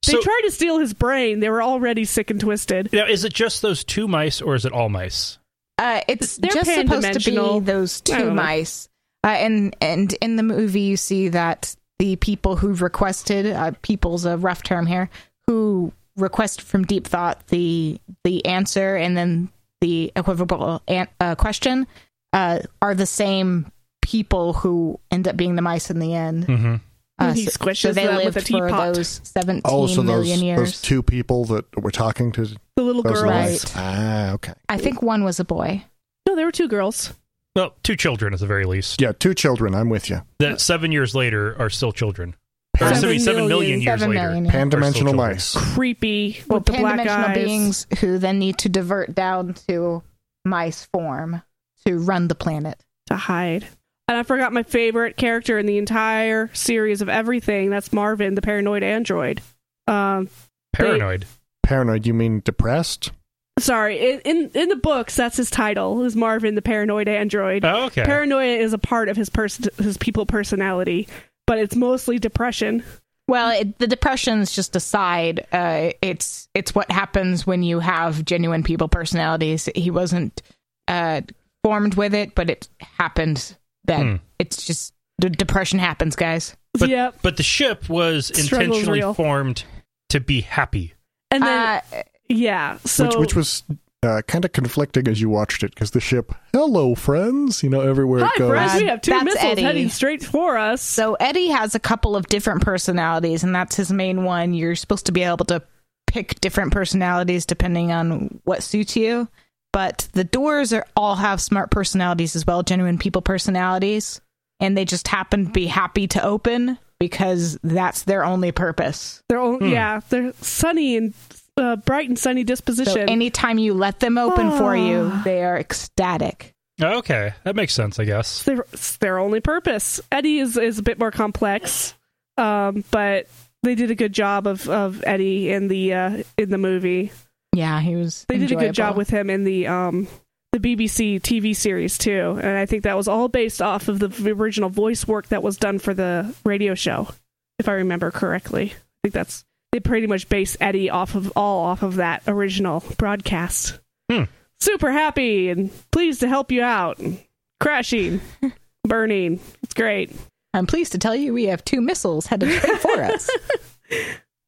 Speaker 2: They
Speaker 1: So
Speaker 2: tried to steal his brain. They were already sick and twisted.
Speaker 1: now, is it just those two mice or is it all mice?
Speaker 4: Uh, it's
Speaker 2: They're
Speaker 4: just supposed to be
Speaker 2: pan-dimensional.
Speaker 4: those
Speaker 2: I don't
Speaker 4: two
Speaker 2: know.
Speaker 4: mice, uh, and and in the movie you see that the people who requested uh, "people's" a rough term here, who request from Deep Thought the the answer and then the equivocal an- uh, question uh, are the same people who end up being the mice in the end.
Speaker 1: Mm-hmm.
Speaker 4: Uh,
Speaker 2: And Hmm. he
Speaker 4: so- so
Speaker 2: squishes
Speaker 4: they
Speaker 2: them
Speaker 4: lived
Speaker 2: with a
Speaker 4: for
Speaker 2: teapot.
Speaker 4: those seventeen million
Speaker 3: Oh, so those,
Speaker 4: years.
Speaker 3: those two people that were talking to
Speaker 2: The little
Speaker 3: those
Speaker 2: girls.
Speaker 4: Right.
Speaker 3: mice. Ah, okay.
Speaker 4: I think one was a boy.
Speaker 2: No, there were two girls.
Speaker 1: Well, two children at the very least.
Speaker 3: Yeah, two children. I'm with you.
Speaker 1: That seven years later are still children. Or
Speaker 2: Seven
Speaker 1: seven, seven million
Speaker 2: million.
Speaker 1: years
Speaker 4: Seven
Speaker 1: later.
Speaker 4: million, yeah.
Speaker 3: Pan dimensional
Speaker 1: children.
Speaker 3: mice.
Speaker 2: Creepy
Speaker 4: Well,
Speaker 2: with the black
Speaker 4: pan-dimensional
Speaker 2: eyes.
Speaker 4: beings who then need to divert down to mice form to run the planet.
Speaker 2: to hide. And I forgot my favorite character in the entire series of everything. That's Marvin, the paranoid android. Um,
Speaker 1: Paranoid.
Speaker 3: Paranoid, you mean depressed?
Speaker 2: sorry, in, in in the books, that's his title. Is Marvin the paranoid android?
Speaker 1: Oh, okay.
Speaker 2: Paranoia is a part of his person, his people personality, but it's mostly depression.
Speaker 4: Well, it, the depression's just a side. Uh, it's it's what happens when you have genuine people personalities. He wasn't uh, formed with it, but it happened. Then
Speaker 1: Hmm.
Speaker 4: it's just the depression happens, guys.
Speaker 1: But-
Speaker 2: yep.
Speaker 1: but the ship was
Speaker 2: Struggle's
Speaker 1: intentionally
Speaker 2: real.
Speaker 1: formed to be happy.
Speaker 2: And then
Speaker 4: uh,
Speaker 2: yeah, so
Speaker 3: which, which was uh, kind of conflicting as you watched it because the ship, hello, friends, you know, everywhere
Speaker 2: Hi,
Speaker 3: it goes.
Speaker 2: friends. We have two
Speaker 4: That's
Speaker 2: missiles
Speaker 4: Eddie.
Speaker 2: heading straight for us.
Speaker 4: So Eddie has a couple of different personalities, and that's his main one. You're supposed to be able to pick different personalities depending on what suits you. But the doors are all have smart personalities as well, genuine people personalities, and they just happen to be happy to open because that's their only purpose.
Speaker 2: they're all,
Speaker 3: Hmm.
Speaker 2: yeah, they're sunny and uh, bright and sunny disposition.
Speaker 4: So anytime you let them open for you, they are ecstatic.
Speaker 1: Oh, okay, that makes sense, I guess.
Speaker 2: it's their, it's their only purpose. Eddie is, is a bit more complex, um, but they did a good job of, of Eddie in the uh, in the movie.
Speaker 4: Yeah, he was.
Speaker 2: They did a
Speaker 4: enjoyable.
Speaker 2: good job with him in the um, the BBC TV series too, and I think that was all based off of the v- original voice work that was done for the radio show, if I remember correctly. I think that's they pretty much base Eddie off of all off of that original broadcast.
Speaker 1: Hmm.
Speaker 2: Super happy and pleased to help you out. Crashing, burning. It's great.
Speaker 4: I'm pleased to tell you we have two missiles headed straight for us.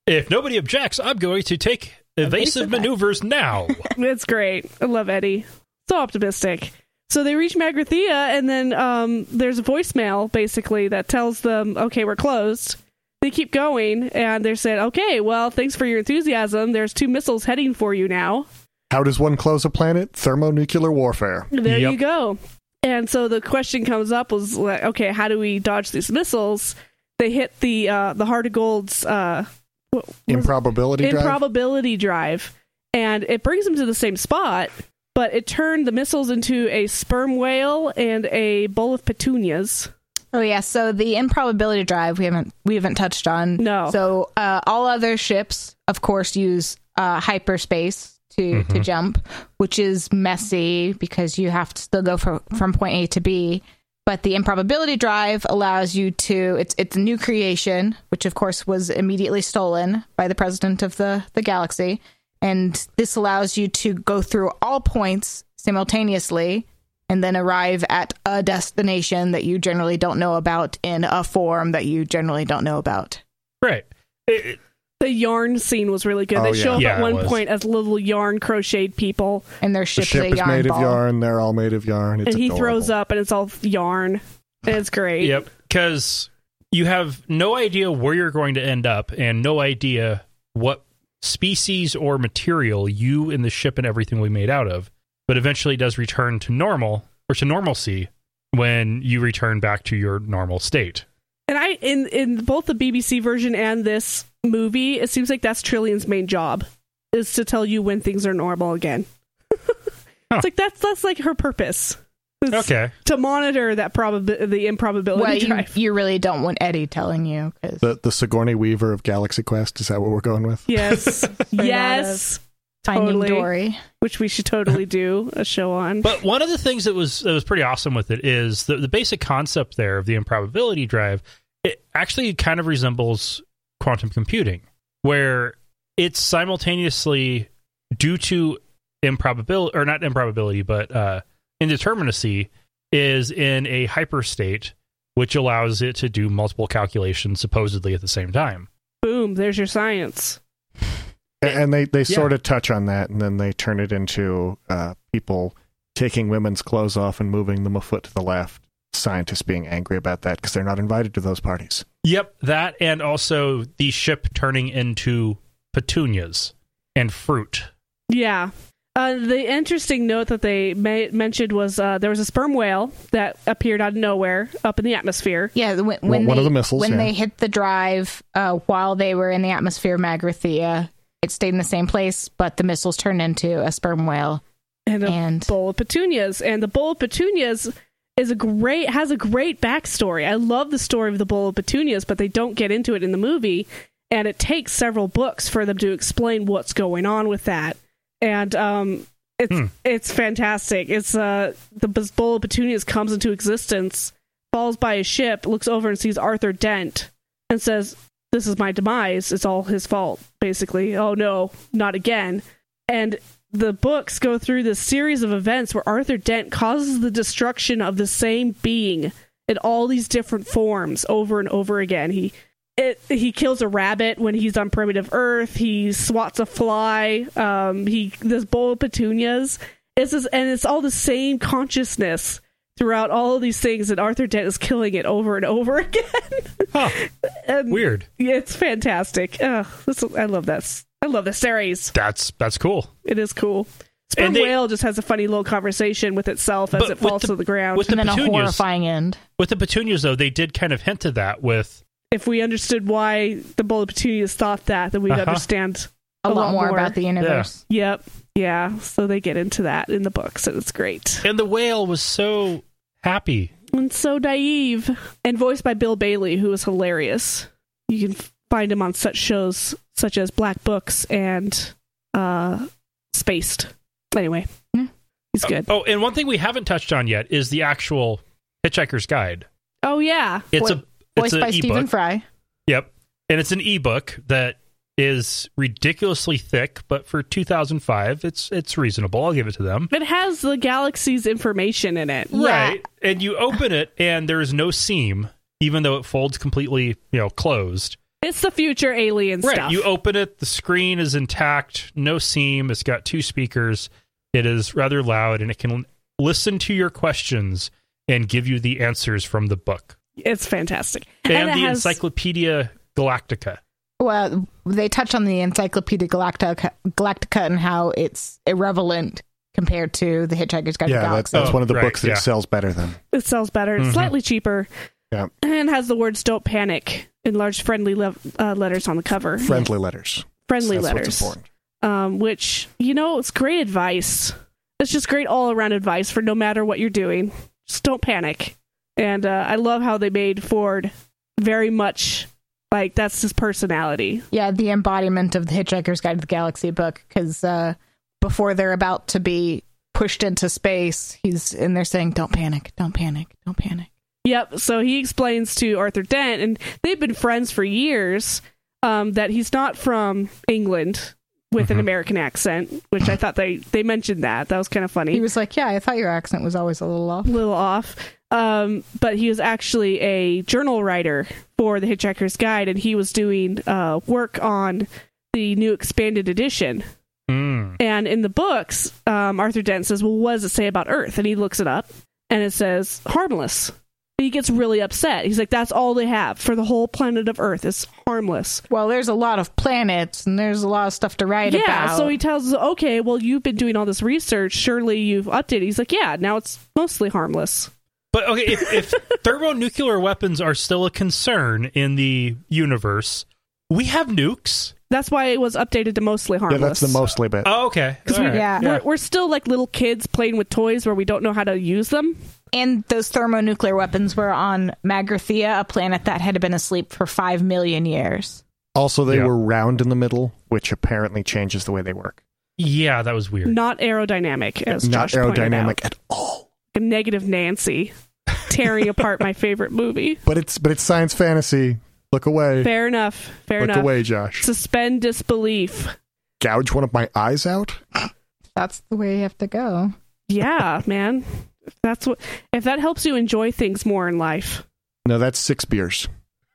Speaker 1: If nobody objects, I'm going to take evasive
Speaker 4: Evasive
Speaker 1: maneuvers now.
Speaker 2: It's great. I love Eddie. So optimistic. So they reach Magrathea, and then um, there's a voicemail basically that tells them, okay, we're closed. They keep going, and they're saying, okay, well, thanks for your enthusiasm. There's two missiles heading for you now.
Speaker 3: How does one close a planet? Thermonuclear warfare.
Speaker 2: There
Speaker 1: Yep.
Speaker 2: you go. And so the question comes up was like, okay, how do we dodge these missiles? They hit the uh, the heart of gold's uh, what was it?
Speaker 3: Improbability drive.
Speaker 2: improbability drive and it brings them to the same spot but it turned the missiles into a sperm whale and a bowl of petunias
Speaker 4: Oh yeah, so the improbability drive we haven't we haven't touched on.
Speaker 2: No.
Speaker 4: So uh, all other ships, of course, use uh, hyperspace to to jump, which is messy because you have to still go from from point A to B. But the improbability drive allows you to it's it's a new creation, which of course was immediately stolen by the president of the the galaxy, and this allows you to go through all points simultaneously and then arrive at a destination that you generally don't know about in a form that you generally don't know about.
Speaker 1: Right. It- it-
Speaker 2: The yarn scene was really good.
Speaker 3: Oh,
Speaker 2: they
Speaker 3: yeah.
Speaker 2: show up
Speaker 1: Yeah,
Speaker 2: at
Speaker 1: it
Speaker 2: one
Speaker 1: was.
Speaker 2: point as little yarn crocheted people,
Speaker 4: And their
Speaker 3: The
Speaker 4: ship,
Speaker 3: ship
Speaker 4: is a
Speaker 3: is
Speaker 4: yarn
Speaker 3: made
Speaker 4: ball.
Speaker 3: of yarn. They're all made of yarn. It's
Speaker 2: and he
Speaker 3: adorable.
Speaker 2: throws up, and it's all yarn. And it's great.
Speaker 1: Yep. Because you have no idea where you're going to end up and no idea what species or material you and the ship and everything will be made out of. But eventually it does return to normal or to normalcy when you return back to your normal state.
Speaker 2: And I in in both the BBC version and this movie, it seems like that's Trillian's main job is to tell you when things are normal again.
Speaker 1: Huh.
Speaker 2: It's like that's that's like her purpose. It's
Speaker 1: Okay.
Speaker 2: To monitor that probab the improbability
Speaker 4: Well, you,
Speaker 2: drive.
Speaker 4: you really don't want Eddie telling you because
Speaker 3: The, the Sigourney Weaver of Galaxy Quest. Is that what we're going with?
Speaker 2: Yes. yes.
Speaker 4: finding
Speaker 2: totally.
Speaker 4: Dory.
Speaker 2: Which we should totally do a show on.
Speaker 1: But one of the things that was that was pretty awesome with it is the, the basic concept there of the improbability drive. It actually kind of resembles quantum computing, where it's simultaneously due to improbability or not improbability, but uh, indeterminacy is in a hyper state, which allows it to do multiple calculations supposedly at the same time.
Speaker 2: Boom, there's your science.
Speaker 3: A- and they, they
Speaker 1: Yeah.
Speaker 3: sort of touch on that and then they turn it into uh, people taking women's clothes off and moving them a foot to the left scientists being angry about that because they're not invited to those parties
Speaker 1: Yep, that and also the ship turning into petunias and fruit.
Speaker 2: Yeah. Uh, the interesting note that they ma- mentioned was uh, there was a sperm whale that appeared out of nowhere up in the atmosphere.
Speaker 4: Yeah, the- when,
Speaker 3: Well,
Speaker 4: when
Speaker 3: one
Speaker 4: they,
Speaker 3: of the missiles,
Speaker 4: when
Speaker 3: yeah.
Speaker 4: they hit the drive uh, while they were in the atmosphere of Magrathea, it stayed in the same place, but the missiles turned into a sperm whale.
Speaker 2: And a
Speaker 4: And
Speaker 2: bowl of petunias and the bowl of petunias is a great has a great backstory i love the story of the bowl of petunias but they don't get into it in the movie and it takes several books for them to explain what's going on with that and um it's
Speaker 1: Hmm.
Speaker 2: it's fantastic it's uh the b- bowl of petunias comes into existence falls by a ship looks over and sees arthur dent and says this is my demise it's all his fault basically oh no not again and the books go through this series of events where Arthur Dent causes the destruction of the same being in all these different forms over and over again. He it, he kills a rabbit when he's on primitive Earth. He swats a fly. Um, he this bowl of petunias. It's this, and it's all the same consciousness throughout all of these things, and Arthur Dent is killing it over and over again.
Speaker 1: Huh.
Speaker 2: And
Speaker 1: Weird.
Speaker 2: yeah, it's fantastic. Ugh, this, I love this. I love this series.
Speaker 1: That's that's cool.
Speaker 2: It is cool. Sperm
Speaker 1: And they-
Speaker 2: whale just has a funny little conversation with itself as
Speaker 1: But
Speaker 2: it
Speaker 1: with
Speaker 2: falls
Speaker 1: the-
Speaker 2: to the ground.
Speaker 1: with the
Speaker 4: and then a
Speaker 1: petunias.
Speaker 4: horrifying end.
Speaker 1: With the petunias though, they did kind of hint to that with
Speaker 2: if we understood why the bullet petunias thought that, then we'd
Speaker 1: Uh-huh.
Speaker 2: understand.
Speaker 4: A, lot, more, about the universe.
Speaker 2: Yep. Yeah. So they get into that in the books, and it's great.
Speaker 1: and the whale was so happy.
Speaker 2: And so naive, and voiced by Bill Bailey, who is hilarious. You can f- find him on such shows such as Black Books and uh, Spaced. Anyway,
Speaker 4: Yeah.
Speaker 2: he's good.
Speaker 1: Oh, and one thing we haven't touched on yet is the actual Hitchhiker's Guide.
Speaker 2: Oh yeah,
Speaker 1: It's
Speaker 4: Voiced-
Speaker 1: a it's
Speaker 4: Voiced by
Speaker 1: an
Speaker 4: Stephen
Speaker 1: ebook.
Speaker 4: Fry.
Speaker 1: Yep. And it's an ebook that is ridiculously thick, but for 2005, it's it's reasonable. I'll give it to them.
Speaker 2: it has the galaxy's information in it.
Speaker 4: Yeah.
Speaker 1: Right. And you open it and there is no seam even though it folds completely, you know, closed.
Speaker 2: It's the future alien
Speaker 1: Right.
Speaker 2: stuff.
Speaker 1: You open it, the screen is intact, no seam. It's got two speakers. It is rather loud and it can listen to your questions and give you the answers from the book
Speaker 2: it's fantastic.
Speaker 1: and,
Speaker 2: it
Speaker 1: the
Speaker 2: has-
Speaker 1: Encyclopedia Galactica.
Speaker 4: Well, they touch on the Encyclopedia Galactica, Galactica and how it's irrelevant compared to the Hitchhiker's Guide to
Speaker 3: yeah
Speaker 4: the
Speaker 3: that's,
Speaker 4: Galaxy.
Speaker 3: that's
Speaker 1: Oh,
Speaker 3: one of the
Speaker 1: right,
Speaker 3: books that
Speaker 1: yeah.
Speaker 3: it sells better than
Speaker 2: It sells better. It's
Speaker 1: Mhm.
Speaker 2: slightly cheaper.
Speaker 3: Yeah.
Speaker 2: And has the words "Don't panic" in large friendly le- uh, letters on the cover.
Speaker 3: friendly letters
Speaker 2: friendly
Speaker 3: that's what's
Speaker 2: letters,
Speaker 3: important
Speaker 2: um, which you know, it's great advice. It's just great all around advice for no matter what you're doing. Just don't panic. And uh, I love how they made Ford very much like that's his personality.
Speaker 4: Yeah, the embodiment of the Hitchhiker's Guide to the Galaxy book, because uh, before they're about to be pushed into space, he's in there saying, "Don't panic, don't panic, don't panic."
Speaker 2: Yep. So he explains to Arthur Dent, and they've been friends for years, um, that he's not from England with an
Speaker 1: Mhm.
Speaker 4: Mm-hmm.
Speaker 2: American accent, which I thought they, they mentioned that. That was kind of funny.
Speaker 4: He was like, "Yeah, I thought your accent was always a little off."
Speaker 2: little off. Um, but he was actually a journal writer for the Hitchhiker's Guide, and he was doing uh, work on the new expanded edition.
Speaker 1: Mm.
Speaker 2: And in the books, um, Arthur Dent says, "Well, what does it say about Earth?" And he looks it up, and it says harmless. And he gets really upset. He's like, "That's all they have for the whole planet of Earth is harmless."
Speaker 4: Well, there's a lot of planets and there's a lot of stuff to write
Speaker 2: yeah.
Speaker 4: about.
Speaker 2: So he tells, "Okay, well, you've been doing all this research. Surely you've updated." He's like, "Yeah, now it's mostly harmless."
Speaker 1: But okay, if, if thermonuclear weapons are still a concern in the universe, we have nukes.
Speaker 2: That's why it was updated to mostly
Speaker 3: Yeah,
Speaker 2: harmless.
Speaker 3: that's the mostly bit.
Speaker 1: Oh, okay.
Speaker 2: Because
Speaker 1: All
Speaker 2: we,
Speaker 1: right.
Speaker 4: Yeah.
Speaker 2: we're, we're still like little kids playing with toys where we don't know how to use them.
Speaker 4: and those thermonuclear weapons were on Magrathea, a planet that had been asleep for five million years.
Speaker 3: Also, they
Speaker 1: Yeah.
Speaker 3: were round in the middle, which apparently changes the way they work.
Speaker 1: Yeah, that was weird.
Speaker 2: Not aerodynamic, as
Speaker 3: Not
Speaker 2: Josh pointed out.
Speaker 3: aerodynamic at all.
Speaker 2: Negative Nancy tearing apart my favorite movie.
Speaker 3: But it's but it's science fantasy. Look away.
Speaker 2: Fair enough. Fair
Speaker 3: Look
Speaker 2: enough.
Speaker 3: away, Josh.
Speaker 2: Suspend disbelief.
Speaker 3: Gouge one of my eyes out.
Speaker 4: That's the way you have to go.
Speaker 2: Yeah, man. If That's what. If that helps you enjoy things more in life.
Speaker 3: No, that's six beers.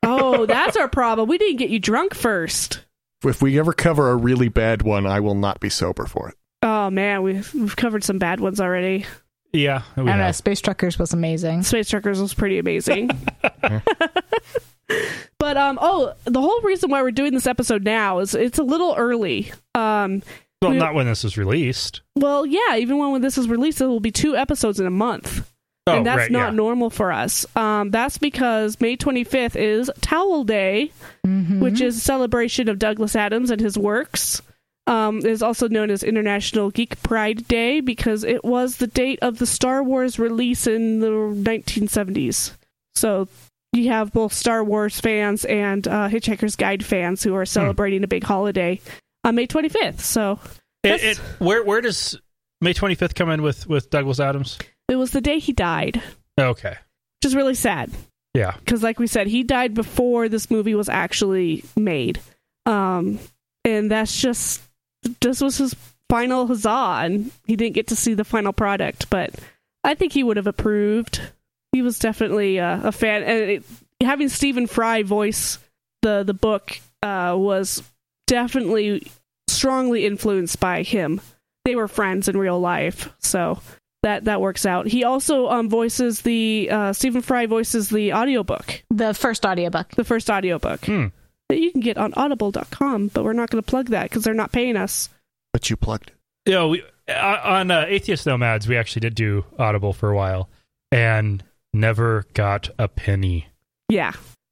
Speaker 2: Oh, that's our problem. We didn't get you drunk first.
Speaker 3: If we ever cover a really bad one, I will not be sober for it.
Speaker 2: Oh man, we've, we've covered some bad ones already.
Speaker 1: Yeah, we
Speaker 4: I don't know.
Speaker 1: have.
Speaker 4: uh, Space Truckers was amazing.
Speaker 2: Space Truckers was pretty amazing. but um oh, the whole reason why we're doing this episode now is it's a little early. Um
Speaker 1: Well,
Speaker 2: we-
Speaker 1: not when this was released.
Speaker 2: well, yeah, even when this is released, it will be two episodes in a month.
Speaker 1: Oh,
Speaker 2: and that's
Speaker 1: right,
Speaker 2: not
Speaker 1: yeah.
Speaker 2: normal for us. Um that's because May 25th is Towel Day,
Speaker 4: Mm-hmm.
Speaker 2: which is a celebration of Douglas Adams and his works. Um, it is also known as International Geek Pride Day because it was the date of the Star Wars release in the 1970s. So you have both Star Wars fans and uh, Hitchhiker's Guide fans who are
Speaker 1: Hmm.
Speaker 2: celebrating a big holiday on May 25th. So
Speaker 1: It, it, where where does May 25th come in with with Douglas Adams?
Speaker 2: it was the day he died, which
Speaker 1: Okay.
Speaker 2: is really sad.
Speaker 1: Yeah.
Speaker 2: because like we said he died before this movie was actually made um and that's just this was his final huzzah and he didn't get to see the final product but i think he would have approved he was definitely uh, a fan and it, having stephen fry voice the the book uh was definitely strongly influenced by him they were friends in real life so that that works out he also um voices the uh stephen fry voices the audiobook
Speaker 4: The first audiobook.
Speaker 2: the first audiobook
Speaker 1: Hmm.
Speaker 2: that you can get on audible.com but we're not going to plug that because they're not paying us
Speaker 3: But you plugged it.
Speaker 1: you know, we, uh, on uh, Atheist Nomads, we actually did do Audible for a while and never got a penny.
Speaker 2: yeah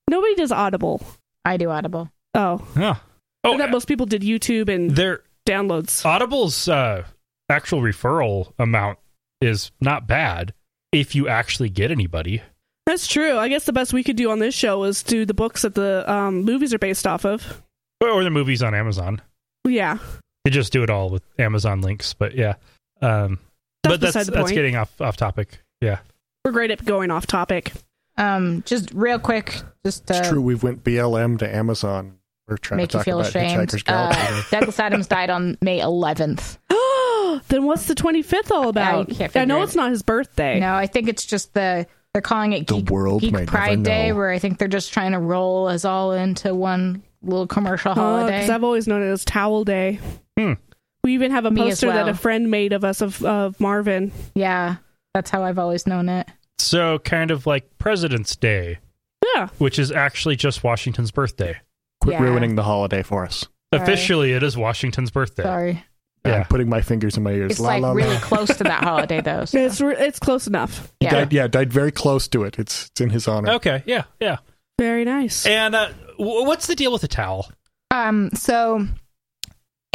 Speaker 2: nobody does audible
Speaker 4: I do Audible.
Speaker 2: oh
Speaker 1: Huh.
Speaker 2: oh
Speaker 1: Oh,
Speaker 2: that
Speaker 1: that
Speaker 2: most people did youtube and
Speaker 1: their
Speaker 2: downloads
Speaker 1: Audible's uh, actual referral amount is not bad if you actually get anybody.
Speaker 2: that's true i guess the best we could do on this show is do the books that the um, movies are based off of
Speaker 1: Or- Or the movies on Amazon.
Speaker 2: yeah
Speaker 1: You just do it all with Amazon links, but yeah. Um,
Speaker 2: That's
Speaker 1: but that's
Speaker 2: beside the
Speaker 1: that's
Speaker 2: point.
Speaker 1: getting off off topic. Yeah.
Speaker 2: we're great at going off topic
Speaker 4: Um, just real quick, just
Speaker 3: It's
Speaker 4: uh,
Speaker 3: true. We've went BLM to Amazon. We're trying
Speaker 4: make
Speaker 3: to
Speaker 4: you
Speaker 3: talk
Speaker 4: feel
Speaker 3: about
Speaker 4: ashamed.
Speaker 3: Hitchhiker's Galaxy.
Speaker 4: Uh, Douglas Adams died on May 11th.
Speaker 2: then what's the 25th all about
Speaker 4: can't
Speaker 2: i, know
Speaker 4: figure it.
Speaker 2: it's not his birthday
Speaker 4: No, I think it's just the they're calling it
Speaker 3: The
Speaker 4: Geek,
Speaker 3: world may
Speaker 4: Geek
Speaker 3: never
Speaker 4: Pride Day,
Speaker 3: know.
Speaker 4: where I think they're just trying to roll us all into one little commercial
Speaker 2: Oh,
Speaker 4: holiday.
Speaker 2: because I've always known it as Towel Day.
Speaker 1: Hmm.
Speaker 2: We even have a
Speaker 4: Me as
Speaker 2: poster
Speaker 4: well.
Speaker 2: that a friend made of us of, of Marvin.
Speaker 4: yeah, that's how I've always known it.
Speaker 1: So kind of like President's Day,
Speaker 2: Yeah,
Speaker 1: which is actually just Washington's birthday.
Speaker 3: Quit
Speaker 4: Yeah.
Speaker 3: ruining the holiday for us.
Speaker 4: Sorry.
Speaker 1: Officially, it is Washington's birthday.
Speaker 4: Sorry,
Speaker 1: Yeah.
Speaker 3: I'm putting my fingers in my ears.
Speaker 4: it's
Speaker 3: la,
Speaker 4: like
Speaker 3: la, la.
Speaker 4: really close to that holiday though. so,
Speaker 2: it's re- it's close enough.
Speaker 3: He
Speaker 4: yeah.
Speaker 3: died, yeah, died very close to it. It's it's in his honor.
Speaker 1: Okay, yeah, yeah.
Speaker 2: Very nice.
Speaker 1: And uh, w- what's the deal with a towel?
Speaker 4: Um, so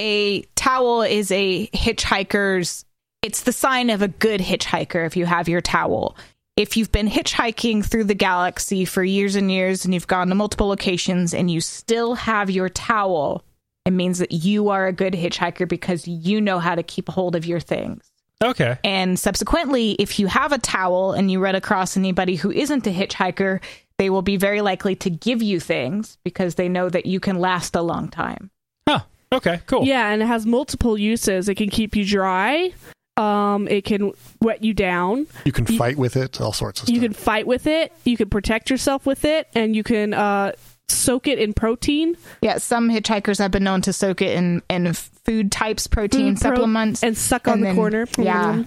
Speaker 4: a towel is a hitchhiker's. It's the sign of a good hitchhiker if you have your towel. if you've been hitchhiking through the galaxy for years and years and you've gone to multiple locations and you still have your towel, it means that you are a good hitchhiker because you know how to keep hold of your things.
Speaker 1: Okay.
Speaker 4: And subsequently, if you have a towel and you run across anybody who isn't a hitchhiker, they will be very likely to give you things because they know that you can last a long time.
Speaker 1: Huh. Okay. Cool.
Speaker 2: Yeah, and it has multiple uses. It can keep you dry. Um, it can wet you down.
Speaker 3: You can fight with it, all sorts of
Speaker 2: You
Speaker 3: stuff.
Speaker 2: can fight with it. You can protect yourself with it, and you can uh, soak it in protein
Speaker 4: Yeah, some hitchhikers have been known to soak it in, in food types, protein
Speaker 2: Food Mm, pro-
Speaker 4: supplements,
Speaker 2: and suck on
Speaker 4: and
Speaker 2: the
Speaker 4: then-
Speaker 2: corner. Mm-hmm.
Speaker 4: Yeah.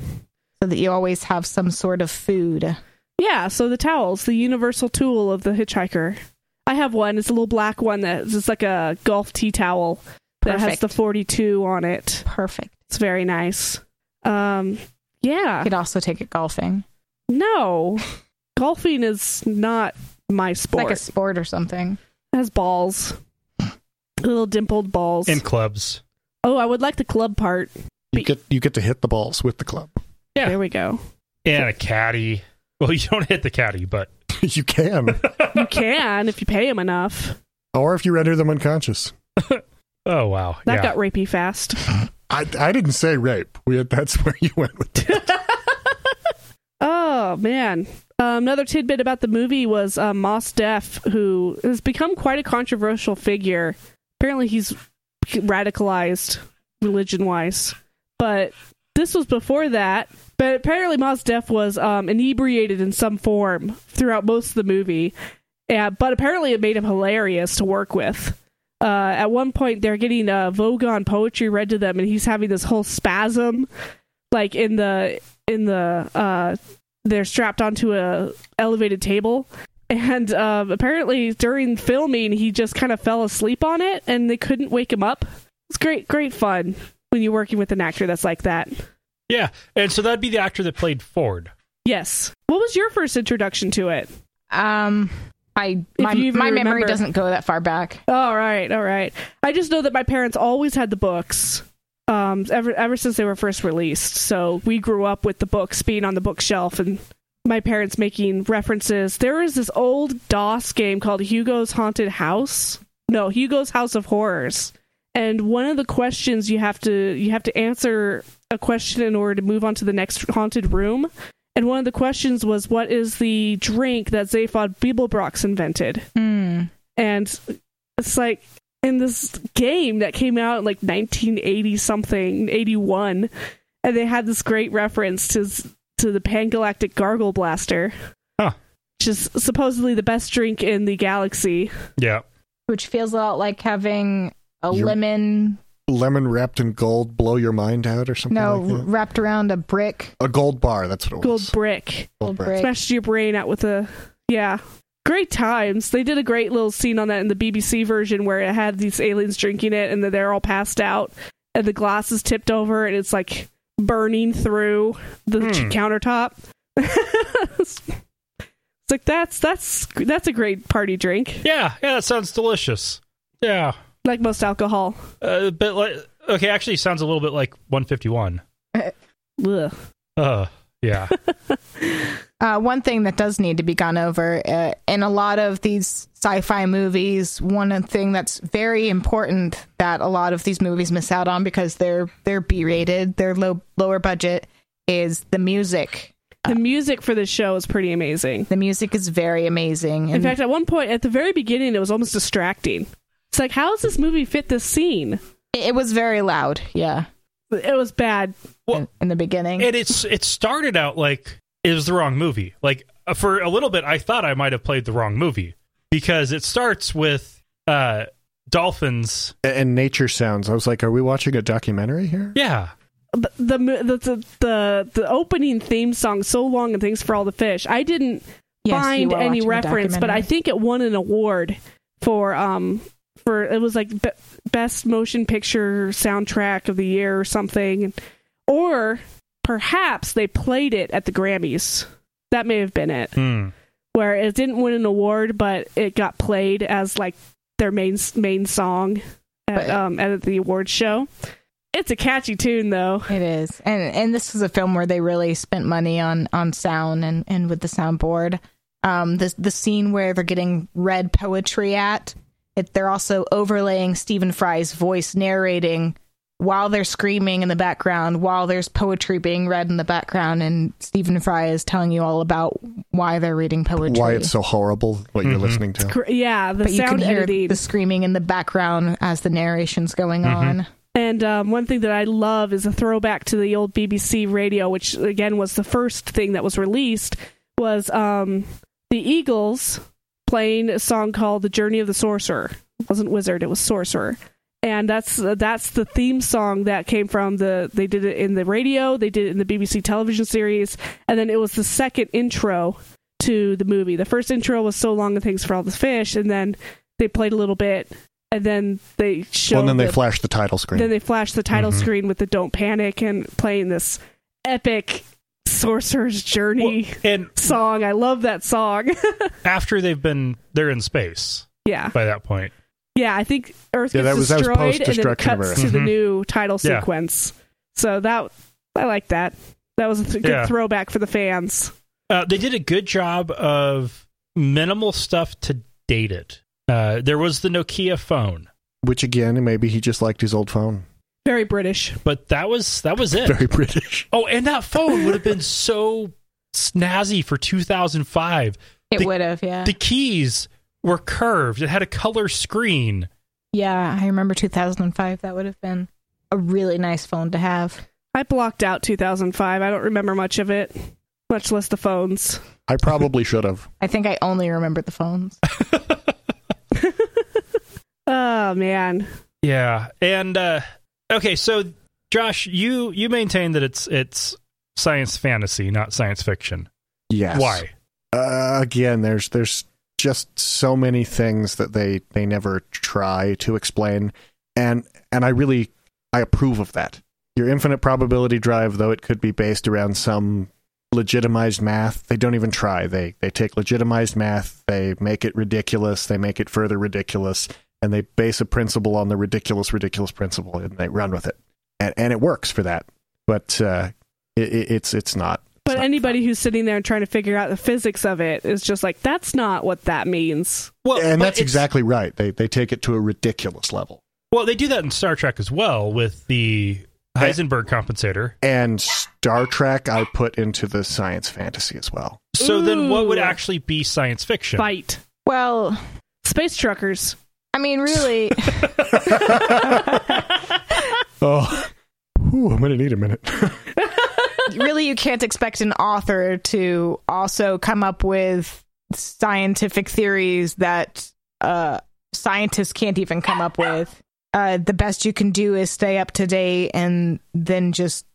Speaker 4: so that you always have some sort of food.
Speaker 2: Yeah, so the towel's the universal tool of the hitchhiker. I have one. It's a little black one that's just like a golf tee towel that has
Speaker 4: Perfect.
Speaker 2: the 42 on it.
Speaker 4: Perfect.
Speaker 2: It's very nice. Um, yeah.
Speaker 4: You could also take it golfing.
Speaker 2: No, golfing is not my
Speaker 4: It's
Speaker 2: sport.
Speaker 4: like a sport or something.
Speaker 2: it has balls, little dimpled balls.
Speaker 1: In clubs.
Speaker 2: oh, I would like the club part.
Speaker 3: you get you get to hit the balls with the club.
Speaker 1: Yeah.
Speaker 2: There we go.
Speaker 1: And a caddy. Well, you don't hit the caddy, but
Speaker 3: you can,
Speaker 2: You can if you pay him enough.
Speaker 3: or if you render them unconscious.
Speaker 1: oh wow.
Speaker 2: That
Speaker 1: yeah.
Speaker 2: got rapey fast.
Speaker 3: I, I didn't say rape. We had, that's where you went with it.
Speaker 2: Oh man! Uh, another tidbit about the movie was uh, Moss Def, who has become quite a controversial figure. Apparently, he's radicalized religion-wise, but this was before that. But apparently, Moss Def was um, inebriated in some form throughout most of the movie. Yeah, but apparently, it made him hilarious to work with. Uh, at one point, they're getting uh, Vogon poetry read to them, and he's having this whole spasm, like in the in the uh they're strapped onto a elevated table and um, apparently during filming he just kind of fell asleep on it and they couldn't wake him up it's great great fun when you're working with an actor that's like that
Speaker 1: Yeah. And so that'd be the actor that played Ford.
Speaker 2: yes what was your first introduction to it
Speaker 4: Um, I
Speaker 2: If
Speaker 4: my,
Speaker 2: you even
Speaker 4: my memory
Speaker 2: remember.
Speaker 4: doesn't go that far back.
Speaker 2: all right all right i just know that my parents always had the books um ever ever since they were first released so we grew up with the books being on the bookshelf and my parents making references. There is this old DOS game called Hugo's Haunted House. No, Hugo's House of Horrors. And one of the questions you have to you have to answer a question in order to move on to the next haunted room. And one of the questions was what is the drink that Zaphod Beeblebrox invented?
Speaker 4: Hmm.
Speaker 2: And it's like in this game that came out in like 1980 something, 81, and they had this great reference to to the Pangalactic Gargle Blaster.
Speaker 1: Huh.
Speaker 2: Which is supposedly the best drink in the galaxy.
Speaker 1: Yeah.
Speaker 4: Which feels a lot like having a
Speaker 3: You're-
Speaker 4: lemon
Speaker 3: Lemon wrapped in gold, blow your mind out or something
Speaker 4: no
Speaker 3: like that.
Speaker 4: wrapped around a brick.
Speaker 3: A gold bar, that's what it
Speaker 2: Gold
Speaker 3: was.
Speaker 2: brick.
Speaker 4: Gold
Speaker 3: brick.
Speaker 4: brick.
Speaker 2: Smashed your brain out with a yeah. Great times. They did a great little scene on that in the BBC version where it had these aliens drinking it and then they're all passed out and the glass is tipped over and it's like burning through the
Speaker 1: Hmm.
Speaker 2: countertop. it's like that's that's that's a great party drink.
Speaker 1: Yeah. Yeah. That sounds delicious. Yeah.
Speaker 2: Like most alcohol.
Speaker 1: Uh, but like, okay, actually, sounds a little bit like 151.
Speaker 2: Ugh.
Speaker 1: Uh, yeah.
Speaker 4: Uh, one thing that does need to be gone over uh, in a lot of these sci-fi movies, one thing that's very important that a lot of these movies miss out on because they're they're B-rated, they're low lower budget, is the music.
Speaker 2: The music for this show is pretty amazing.
Speaker 4: The music is very amazing.
Speaker 2: In fact, at one point at the very beginning it was almost distracting. It's like how does this movie fit this scene?
Speaker 4: it it was very loud. Yeah,
Speaker 2: It was bad.
Speaker 4: in, in the beginning.
Speaker 1: and it's it started out like it was the wrong movie. Like uh, for a little bit, I thought I might have played the wrong movie because it starts with uh dolphins.
Speaker 3: A- And nature sounds. I was like, are we watching a documentary here?
Speaker 1: Yeah,
Speaker 2: But the mo- the the the, the opening theme song "So Long" and "Thanks for All the Fish." I didn't
Speaker 4: Yes, you
Speaker 2: find
Speaker 4: were
Speaker 2: any
Speaker 4: watching a
Speaker 2: reference, but I
Speaker 4: documentary.
Speaker 2: think it won an award for um for it was like be- best motion picture soundtrack of the year or something, or perhaps they played it at the Grammys. That may have been it,
Speaker 1: Hmm.
Speaker 2: where it didn't win an award, but it got played as like their main main song at
Speaker 4: But-
Speaker 2: um at the awards show. It's a catchy tune though.
Speaker 4: It is, and and this is a film where they really spent money on on sound and and with the soundboard. Um, the the scene where they're getting read poetry at, it, they're also overlaying Stephen Fry's voice narrating while they're screaming in the background, while there's poetry being read in the background, and Stephen Fry is telling you all about why they're reading poetry.
Speaker 3: Why it's so horrible what you're
Speaker 1: Mhm.
Speaker 3: listening to.
Speaker 2: Cr- Yeah, the
Speaker 4: but you
Speaker 2: sound
Speaker 4: can hear
Speaker 2: editing.
Speaker 4: the screaming in the background as the narration's going
Speaker 3: Mm-hmm.
Speaker 1: Mhm.
Speaker 4: on.
Speaker 2: And um, one thing that I love is a throwback to the old BBC radio, which again was the first thing that was released, was um, the Eagles playing a song called "The Journey of the Sorcerer." It wasn't Wizard, it was Sorcerer, and that's uh, that's the theme song that came from the. They did it in the radio, they did it in the BBC television series, and then it was the second intro to the movie. The first intro was "So Long and Thanks for All the Fish," and then they played a little bit. And then they showed
Speaker 3: Well, and then they
Speaker 2: the-
Speaker 3: flash the title screen.
Speaker 2: then they flash the title
Speaker 3: Mm-hmm.
Speaker 1: Mhm.
Speaker 2: screen with the "Don't Panic" and playing this epic sorcerer's journey
Speaker 1: and
Speaker 2: song. I love that song.
Speaker 1: after they've been, they're in space
Speaker 2: yeah,
Speaker 1: by that point.
Speaker 2: yeah. I think Earth
Speaker 3: Yeah,
Speaker 2: gets
Speaker 3: that was- that was
Speaker 2: destroyed, and then it
Speaker 3: post-destruction of
Speaker 2: cuts
Speaker 3: Earth. Mm-hmm.
Speaker 2: to the
Speaker 1: Mhm.
Speaker 2: new title
Speaker 1: Yeah.
Speaker 2: sequence. So that I like that. That was a th- good
Speaker 1: Yeah.
Speaker 2: throwback for the fans.
Speaker 1: Uh, they did a good job of minimal stuff to date it. Uh, there was the Nokia phone,
Speaker 3: Which again, maybe he just liked his old phone.
Speaker 2: Very British.
Speaker 1: but that was that was it.
Speaker 3: Very British.
Speaker 1: Oh, and that phone would have been so snazzy for 2005.
Speaker 4: It
Speaker 1: The-
Speaker 4: would have, yeah,
Speaker 1: The keys were curved. It had a color screen.
Speaker 4: yeah. I remember 2005. That would have been a really nice phone to have.
Speaker 2: I blocked out 2005. I don't remember much of it, much less the phones.
Speaker 3: I probably should have.
Speaker 4: I think I only remember the phones.
Speaker 2: Oh man,
Speaker 1: Yeah, and uh, okay, so Josh, you you maintain that it's it's science fantasy, not science fiction.
Speaker 3: Yes.
Speaker 1: Why?
Speaker 3: Uh, again, there's there's just so many things that they they never try to explain, and and I really I approve of that. Your infinite probability drive, though it could be based around some legitimized math, they don't even try. They they take legitimized math, they make it ridiculous, they make it further ridiculous, and they base a principle on the ridiculous ridiculous principle, and they run with it, and and it works for that. But uh, it, it, it's it's not. it's
Speaker 2: But
Speaker 3: not
Speaker 2: anybody who's sitting there and trying to figure out the physics of it is just like, that's not what that means.
Speaker 1: Well,
Speaker 3: and
Speaker 1: but
Speaker 3: that's
Speaker 1: it's-
Speaker 3: exactly right. They they take it to a ridiculous level.
Speaker 1: Well, they do that in Star Trek as well with the Heisenberg compensator.
Speaker 3: And Star Trek, I put into the science fantasy as well.
Speaker 1: So then, what would
Speaker 2: Ooh.
Speaker 1: actually be science fiction?
Speaker 2: Fight.
Speaker 4: Well,
Speaker 2: Space truckers.
Speaker 4: I mean, really,
Speaker 3: Oh, Ooh, I'm gonna need a minute.
Speaker 4: really, you can't expect an author to also come up with scientific theories that uh, scientists can't even come up with. Uh, the best you can do is stay up to date and then just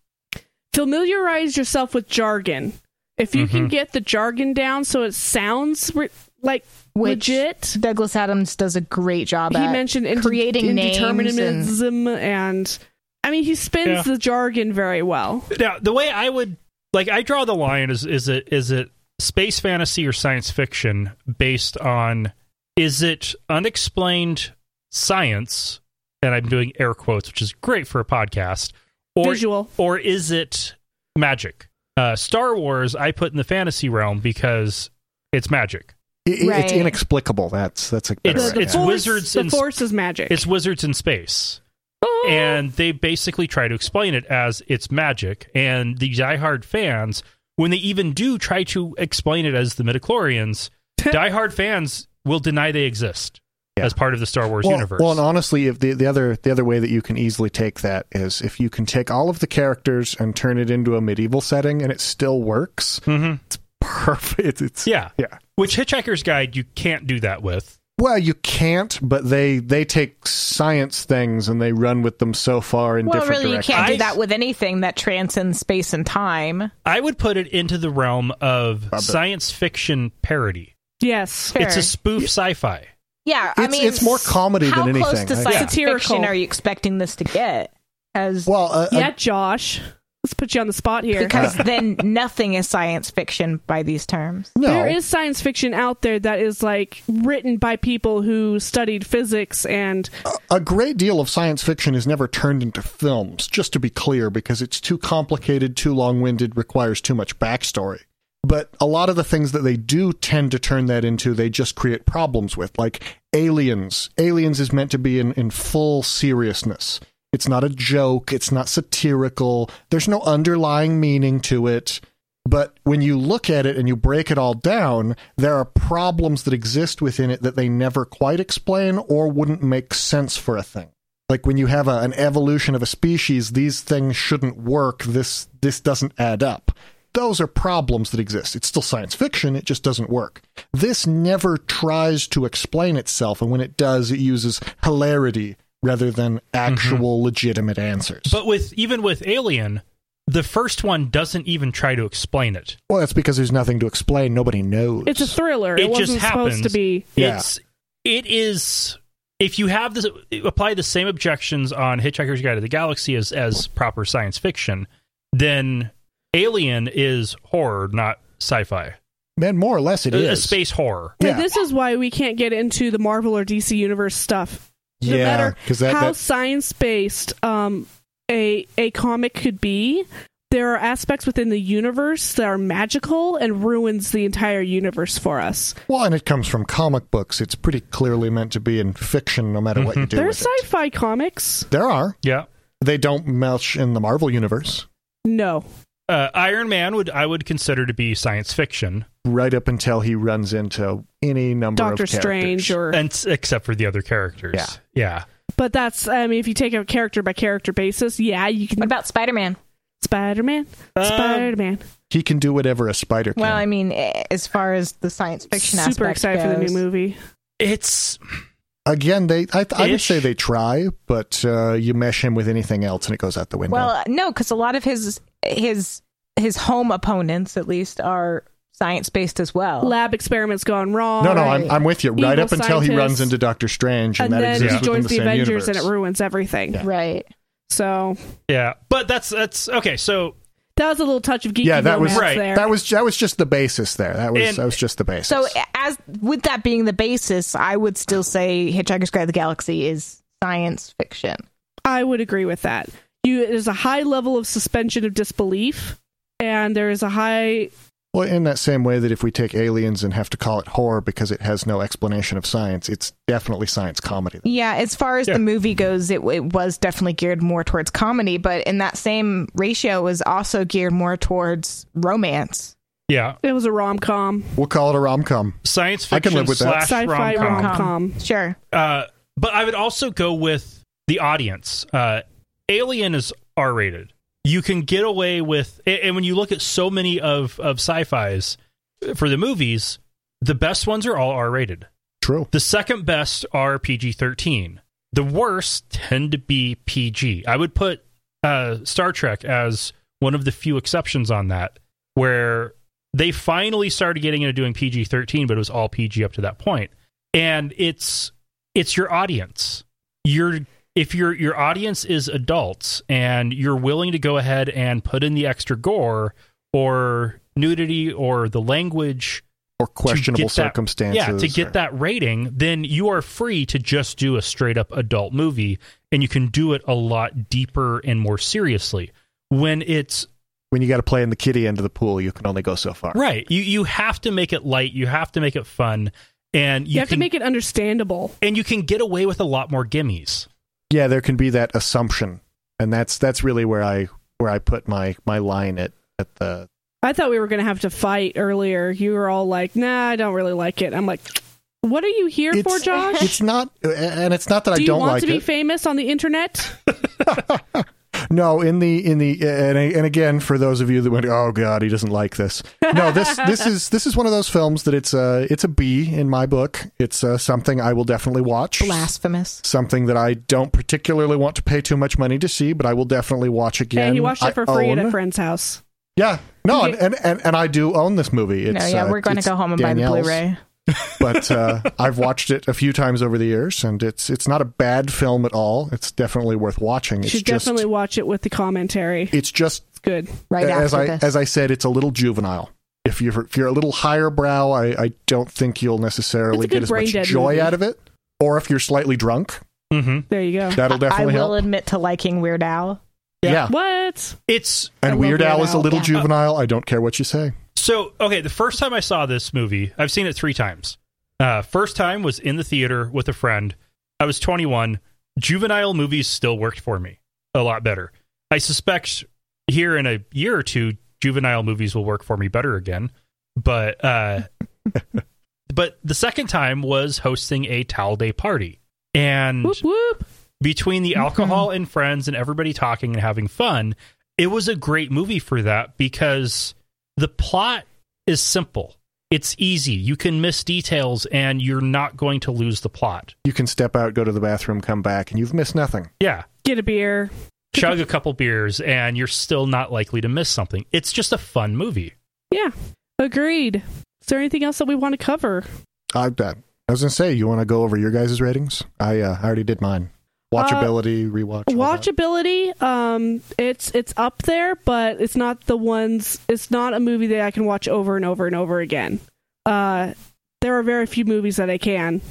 Speaker 2: Familiarize yourself with jargon. If you can
Speaker 1: Mhm.
Speaker 2: get the jargon down so it sounds re- like
Speaker 4: which
Speaker 2: legit,
Speaker 4: Douglas Adams does a great job
Speaker 2: he
Speaker 4: at.
Speaker 2: mentioned inde-
Speaker 4: creating names
Speaker 2: indeterminism and... I mean, he spins
Speaker 1: Yeah.
Speaker 2: the jargon very well.
Speaker 1: Now, the way I would like I draw the line is is it is it space fantasy or science fiction based on is it unexplained science and I'm doing air quotes which is great for a podcast or
Speaker 2: Visual.
Speaker 1: or is it magic? Uh, Star Wars I put in the fantasy realm because it's magic.
Speaker 3: It- it-
Speaker 4: Right.
Speaker 3: It's inexplicable. That's that's a better
Speaker 1: It's-
Speaker 3: way to
Speaker 1: it's
Speaker 3: put it.
Speaker 2: force,
Speaker 1: wizards
Speaker 2: The
Speaker 1: in sp-
Speaker 2: force is magic.
Speaker 1: It's wizards in space.
Speaker 2: Oh!
Speaker 1: and they basically try to explain it as it's magic and the diehard fans when they even do try to explain it as the midichlorians diehard fans will deny they exist
Speaker 3: Yeah.
Speaker 1: as part of the star wars
Speaker 3: well,
Speaker 1: universe
Speaker 3: well, and honestly, if the, the other the other way that you can easily take that is if you can take all of the characters and turn it into a medieval setting and it still works,
Speaker 1: Mhm.
Speaker 3: perfect. It's
Speaker 1: yeah
Speaker 3: Mm-hmm. yeah.
Speaker 1: which hitchhiker's guide you can't do that with
Speaker 3: Well, you can't, but they they take science things and they run with them so far in
Speaker 4: well,
Speaker 3: different
Speaker 4: really, you
Speaker 3: directions.
Speaker 4: can't do
Speaker 1: I-
Speaker 4: that with anything that transcends space and time.
Speaker 1: i would put it into the realm of
Speaker 3: bet.
Speaker 1: science fiction parody
Speaker 2: yes.
Speaker 4: Fair.
Speaker 1: it's a spoof sci-fi
Speaker 4: Yeah, I
Speaker 3: It's-
Speaker 4: mean,
Speaker 3: it's more comedy
Speaker 4: how
Speaker 3: than
Speaker 4: close
Speaker 3: anything.
Speaker 4: to
Speaker 3: I-
Speaker 4: science
Speaker 2: Yeah.
Speaker 4: fiction
Speaker 2: Satirical.
Speaker 4: are you expecting this to get? As
Speaker 3: Well, uh, uh,
Speaker 2: Yeah, Josh. Let's put you on the spot here.
Speaker 4: because then nothing is science fiction by these terms.
Speaker 3: No,
Speaker 2: There is science fiction out there that is like written by people who studied physics and
Speaker 3: a great deal of science fiction is never turned into films, just to be clear, because it's too complicated, too long winded, requires too much backstory. But a lot of the things that they do tend to turn that into, they just create problems with, like Aliens. Aliens is meant to be in, in full seriousness. It's not a joke, it's not satirical, there's no underlying meaning to it. But when you look at it and you break it all down, there are problems that exist within it that they never quite explain or wouldn't make sense for a thing. Like when you have a, an evolution of a species, these things shouldn't work. This this doesn't add up. Those are problems that exist. It's still science fiction, it just doesn't work. This never tries to explain itself, and when it does, it uses hilarity rather than
Speaker 2: Mm-hmm.
Speaker 3: actual legitimate answers.
Speaker 1: But with even with Alien, the first one doesn't even try to explain it.
Speaker 3: well, that's because there's nothing to explain. Nobody knows.
Speaker 2: it's a thriller.
Speaker 1: It
Speaker 2: It,
Speaker 1: just
Speaker 2: wasn't supposed to
Speaker 1: happens.
Speaker 2: be.
Speaker 3: Yeah.
Speaker 1: It's it is if you have this apply the same objections on Hitchhiker's Guide to the Galaxy as as proper science fiction, then Alien is horror, not sci-fi.
Speaker 3: Man, more or less, it
Speaker 1: a,
Speaker 3: is
Speaker 1: a space horror.
Speaker 2: Like,
Speaker 3: Yeah.
Speaker 2: this is why we can't get into the Marvel or DC universe stuff. No
Speaker 3: yeah,
Speaker 2: matter
Speaker 3: because that,
Speaker 2: How
Speaker 3: that
Speaker 2: science based um, a a comic could be, there are aspects within the universe that are magical and ruins the entire universe for us.
Speaker 3: Well, and it comes from comic books. It's pretty clearly meant to be in fiction, no matter what
Speaker 1: Mm-hmm.
Speaker 3: you do.
Speaker 2: There's
Speaker 3: with it.
Speaker 2: sci-fi comics.
Speaker 3: There are.
Speaker 1: Yeah.
Speaker 3: They don't mesh in the Marvel universe,
Speaker 2: No,
Speaker 1: Uh, Iron Man would I would consider to be science fiction,
Speaker 3: right up until he runs into any number
Speaker 2: Doctor
Speaker 3: of characters.
Speaker 2: Strange or
Speaker 1: and except for the other characters.
Speaker 3: Yeah.
Speaker 1: yeah.
Speaker 2: But that's I mean, if you take a character by character basis, yeah, you
Speaker 4: What
Speaker 2: can
Speaker 4: about Uh, Spider Man?
Speaker 2: Spider Man,
Speaker 1: Um,
Speaker 2: Spider Man.
Speaker 3: He can do whatever a spider can.
Speaker 4: Well, I mean, eh, as far as the science fiction
Speaker 2: Super
Speaker 4: aspect
Speaker 2: excited for the
Speaker 4: goes,
Speaker 2: new movie.
Speaker 1: It's
Speaker 3: Again, they. I, th- I would
Speaker 1: Ish.
Speaker 3: say they try, but uh, you mesh him with anything else, and it goes out the window.
Speaker 4: Well, no, because a lot of his his his home opponents, at least, are science based as well.
Speaker 2: Lab experiments gone wrong.
Speaker 3: no, no, I'm,
Speaker 4: right.
Speaker 3: I'm with you. Right
Speaker 2: Evil
Speaker 3: up until he
Speaker 2: scientist.
Speaker 3: runs into Doctor Strange,
Speaker 2: and
Speaker 3: and, that
Speaker 2: then
Speaker 3: exists
Speaker 2: he
Speaker 1: Yeah.
Speaker 3: within
Speaker 2: joins
Speaker 3: the,
Speaker 2: the
Speaker 3: same
Speaker 2: Avengers
Speaker 3: universe.
Speaker 2: and it ruins everything.
Speaker 3: Yeah.
Speaker 4: Right.
Speaker 2: So
Speaker 1: yeah, but that's that's okay. So
Speaker 2: that was a little touch of geeky
Speaker 3: Yeah, that was-
Speaker 2: romance
Speaker 1: Right.
Speaker 2: there.
Speaker 3: that was that was just the basis there. That was
Speaker 1: And-
Speaker 3: that was just the basis.
Speaker 4: So, as with that being the basis, I would still say Hitchhiker's Guide to the Galaxy is science fiction.
Speaker 2: I would agree with that. You there's a high level of suspension of disbelief, and there is a high
Speaker 3: Well, in that same way that if we take aliens and have to call it horror because it has no explanation of science, it's definitely science comedy.
Speaker 4: Yeah, as far as
Speaker 1: Yeah.
Speaker 4: the movie goes, it, it was definitely geared more towards comedy, but in that same ratio was also geared more towards romance.
Speaker 1: yeah,
Speaker 2: it was a rom com.
Speaker 3: We'll call it a rom com.
Speaker 1: science fiction
Speaker 3: I can live with that.
Speaker 1: slash
Speaker 2: Sci fi
Speaker 1: rom-com.
Speaker 2: rom com.
Speaker 4: Sure.
Speaker 1: Uh, but I would also go with the audience. Uh, Alien is R rated. You can get away with, a- and when you look at so many of of sci-fi's for the movies, the best ones are all R rated.
Speaker 3: True.
Speaker 1: The second best are PG thirteen. The worst tend to be PG. I would put uh, Star Trek as one of the few exceptions on that, where they finally started getting into doing PG thirteen, but it was all PG up to that point. And it's it's your audience. Your if your your audience is adults and you're willing to go ahead and put in the extra gore or nudity or the language
Speaker 3: Or
Speaker 1: to
Speaker 3: questionable
Speaker 1: get that-
Speaker 3: circumstances.
Speaker 1: yeah, to
Speaker 3: or-
Speaker 1: get that rating, then you are free to just do a straight up adult movie and you can do it a lot deeper and more seriously. When it's
Speaker 3: When you got to play in the kiddie end of the pool, you can only go so far.
Speaker 1: right, you you have to make it light, you have to make it fun, and you,
Speaker 2: You, have
Speaker 1: can
Speaker 2: to make it understandable.
Speaker 1: and you can get away with a lot more gimmies.
Speaker 3: Yeah, there can be that assumption, and that's that's really where I where I put my my line at at the.
Speaker 2: I thought we were going to have to fight earlier. You were all like, nah, I don't really like it. I'm like, what are you here for,
Speaker 3: It's,
Speaker 2: Josh?
Speaker 3: it's not, and it's not that
Speaker 2: Do
Speaker 3: I
Speaker 2: you
Speaker 3: don't
Speaker 2: want
Speaker 3: like
Speaker 2: to be
Speaker 3: it.
Speaker 2: famous on the internet?
Speaker 3: No, in the in the and and again for those of you that went, oh god, he doesn't like this. No, this this is this is one of those films that it's a it's a B in my book. It's uh, something I will definitely watch.
Speaker 4: Blasphemous.
Speaker 3: Something that I don't particularly want to pay too much money to see, but I will definitely watch again.
Speaker 2: and he watched
Speaker 3: I
Speaker 2: it for free at
Speaker 3: own-
Speaker 2: a friend's house.
Speaker 3: Yeah, no, and, and and and I do own this movie. It's,
Speaker 4: no, yeah,
Speaker 3: uh,
Speaker 4: we're going to
Speaker 3: it's
Speaker 4: go home and buy the
Speaker 3: Danielle's,
Speaker 4: Blu ray.
Speaker 3: but uh, I've watched it a few times over the years, and it's it's not a bad film at all. It's definitely worth watching.
Speaker 2: You
Speaker 3: It's
Speaker 2: should
Speaker 3: just
Speaker 2: definitely watch it with the commentary.
Speaker 3: it's just
Speaker 2: good.
Speaker 4: right
Speaker 3: as
Speaker 4: after
Speaker 3: I
Speaker 4: this.
Speaker 3: as I said, it's a little juvenile. If you're if you're a little higher brow, I, I don't think you'll
Speaker 2: It's
Speaker 3: necessarily
Speaker 2: a good
Speaker 3: get as much
Speaker 2: brain-dead
Speaker 3: joy
Speaker 2: movie.
Speaker 3: out of it. Or if you're slightly drunk, Mm-hmm.
Speaker 1: hmm
Speaker 2: There you go.
Speaker 3: that'll
Speaker 4: I will
Speaker 3: definitely help.
Speaker 4: admit to liking Weird Al.
Speaker 3: Yeah.
Speaker 2: What?
Speaker 1: It's
Speaker 4: I
Speaker 3: And
Speaker 4: love
Speaker 3: Weird Al is a
Speaker 4: Weird
Speaker 3: little
Speaker 4: Al, yeah.
Speaker 3: juvenile. I don't care what you say.
Speaker 1: so okay. The first time I saw this movie, I've seen it three times. Uh, first time was in the theater with a friend. I was 21. Juvenile movies still worked for me a lot better. I suspect here in a year or two, juvenile movies will work for me better again. But uh, but the second time was hosting a towel day party, and
Speaker 2: Whoop whoop.
Speaker 1: between the alcohol and friends and everybody talking and having fun, it was a great movie for that because the plot is simple. It's easy. You can miss details and you're not going to lose the plot.
Speaker 3: You can step out, go to the bathroom, come back, and you've missed nothing.
Speaker 1: Yeah.
Speaker 2: Get a beer.
Speaker 1: Chug a couple beers and you're still not likely to miss something. It's just a fun movie.
Speaker 2: Yeah. Agreed. Is there anything else that we want to cover?
Speaker 3: I I was gonna say, you want to go over your guys' ratings? I uh, I already did mine.
Speaker 2: Uh,
Speaker 3: Watchability, rewatch. all that.
Speaker 2: Watchability, um, it's it's up there, but it's not the ones. It's not a movie that I can watch over and over and over again. Uh, there are very few movies that I can,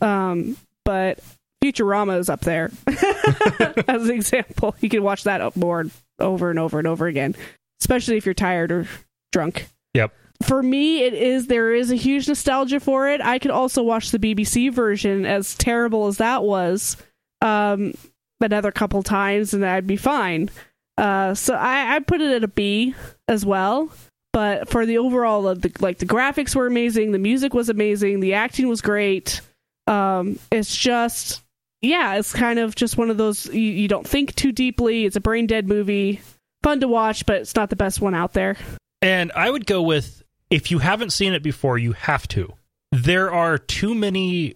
Speaker 2: um, but Futurama is up there as an example. You can watch that up more and over and over and over again, especially if you're tired or drunk.
Speaker 1: Yep.
Speaker 2: For me, it is there is a huge nostalgia for it. I could also watch the BBC version, as terrible as that was. Um, another couple times and I'd be fine. Uh, so I, I put it at a B as well. But for the overall of the like the graphics were amazing, the music was amazing, the acting was great. Um, it's just yeah, it's kind of just one of those you, you don't think too deeply. It's a brain dead movie, fun to watch, but it's not the best one out there.
Speaker 1: And I would go with if you haven't seen it before, you have to. There are too many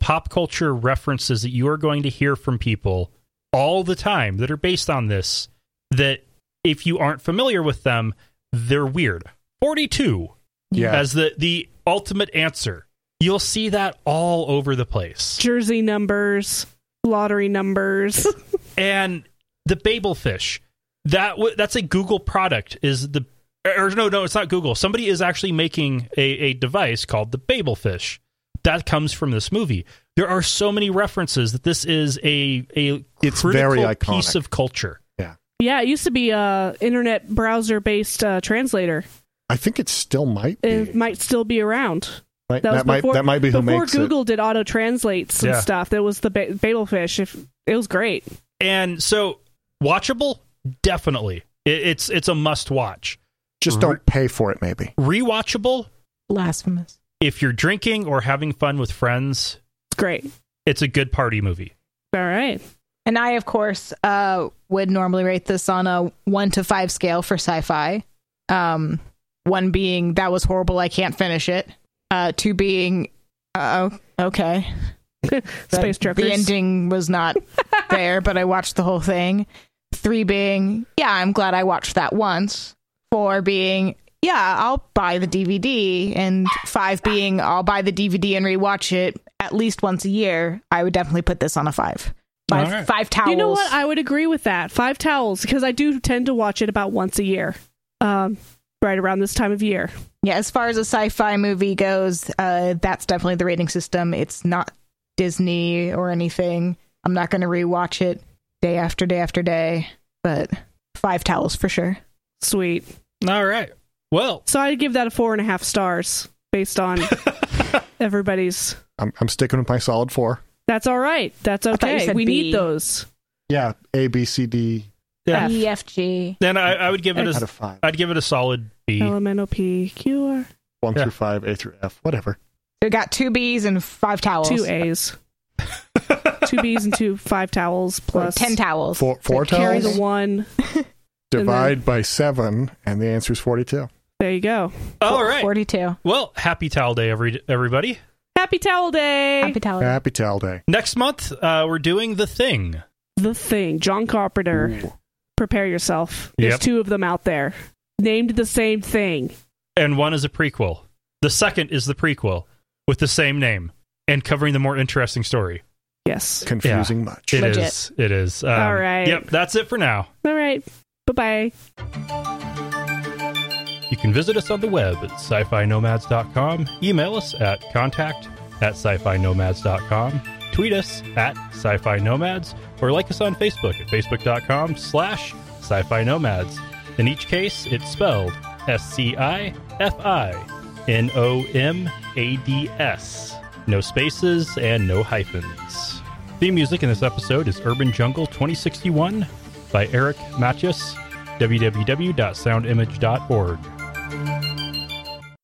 Speaker 1: pop culture references that you are going to hear from people all the time that are based on this that if you aren't familiar with them, they're weird. 42
Speaker 3: Yeah.
Speaker 1: as the the ultimate answer. You'll see that all over the place.
Speaker 2: Jersey numbers, lottery numbers.
Speaker 1: and the Babel fish. That w- that's a Google product. Is the or no no it's not Google. Somebody is actually making a, a device called the Babel fish. That comes from this movie. There are so many references that this is a a
Speaker 3: It's
Speaker 1: critical
Speaker 3: very iconic.
Speaker 1: piece of culture.
Speaker 2: yeah, it used to be a internet browser based uh, translator.
Speaker 3: I think it still might be.
Speaker 2: It might still be around.
Speaker 3: Might-
Speaker 2: that
Speaker 3: that,
Speaker 2: was
Speaker 3: might
Speaker 2: before-
Speaker 3: that might be who
Speaker 2: before
Speaker 3: makes
Speaker 2: Google did auto translates and
Speaker 1: Yeah.
Speaker 2: stuff. That was the ba- Babelfish. If it was great,
Speaker 1: And so watchable, definitely. It, it's it's a must watch.
Speaker 3: it. Just don't pay for it. Maybe
Speaker 1: Rewatchable
Speaker 4: Blasphemous.
Speaker 1: if you're drinking or having fun with friends.
Speaker 2: it's great.
Speaker 1: It's a good party movie.
Speaker 2: All right,
Speaker 4: And I, of course, uh, would normally rate this on a one to five scale for sci fi. Um, one being, that was horrible, I can't finish it. Uh, two being, uh, okay.
Speaker 2: space
Speaker 4: the, the
Speaker 2: truckers.
Speaker 4: ending was not there, but I watched the whole thing. Three being, yeah, I'm glad I watched that once. Four being, yeah, I'll buy the DVD. And five being, I'll buy the DVD and rewatch it at least once a year. I would definitely put this on a five. Five,
Speaker 1: All right.
Speaker 4: five towels.
Speaker 2: You know what? I would agree with that. Five towels because I do tend to watch it about once a year, um, right around this time of year.
Speaker 4: yeah, as far as a sci fi movie goes, uh, that's definitely the rating system. It's not Disney or anything. I'm not going to rewatch it day after day after day, but five towels for sure.
Speaker 2: Sweet.
Speaker 1: All right. Well,
Speaker 2: So I'd give that a four and a half stars based on everybody's.
Speaker 3: I'm I'm sticking with my solid four.
Speaker 2: That's all right. That's
Speaker 4: thought you
Speaker 2: okay.
Speaker 4: said
Speaker 2: We
Speaker 4: B.
Speaker 2: need those.
Speaker 3: Yeah, A B C D
Speaker 1: Yeah.
Speaker 4: EFG.
Speaker 1: then I, I would give it
Speaker 3: out
Speaker 1: a
Speaker 3: of five,
Speaker 1: I'd give it a solid B.
Speaker 2: L M N O P Q R
Speaker 3: one
Speaker 1: Yeah.
Speaker 3: through five, A through F, whatever.
Speaker 4: We got two B's and five towels.
Speaker 2: two A's, two B's, and two five towels plus
Speaker 4: Ten towels.
Speaker 3: Four four
Speaker 4: So
Speaker 2: Carry
Speaker 4: carry
Speaker 3: towels
Speaker 2: the one.
Speaker 3: divide by seven, and the answer is forty two.
Speaker 2: There you go.
Speaker 1: All right.
Speaker 4: Forty-two.
Speaker 1: Well, happy towel day, every everybody.
Speaker 2: Happy Towel Day.
Speaker 4: Happy towels.
Speaker 3: Happy towel day.
Speaker 1: Next month, uh, we're doing the thing.
Speaker 2: the Thing, John Carpenter. Prepare yourself. There's
Speaker 1: Yep.
Speaker 2: two of them out there, named the same thing.
Speaker 1: And one is a prequel. The second is the prequel with the same name and covering the more interesting story.
Speaker 2: Yes.
Speaker 3: Confusing much.
Speaker 1: It is.
Speaker 4: Legit.
Speaker 1: It is. Um,
Speaker 2: All right.
Speaker 1: Yep, that's it for now.
Speaker 2: All right. Bye-bye. Bye.
Speaker 1: You can visit us on the web at sci-fi nomads.com, email us at contact at sci-fi nomads.com, tweet us at sci-fi nomads, or like us on Facebook at facebook.com slash sci-fi nomads. In each case, it's spelled S-C-I-F-I-N-O-M-A-D-S. No spaces and no hyphens. Theme music in this episode is Urban Jungle 2061 by Eric Matias, www.soundimage.org.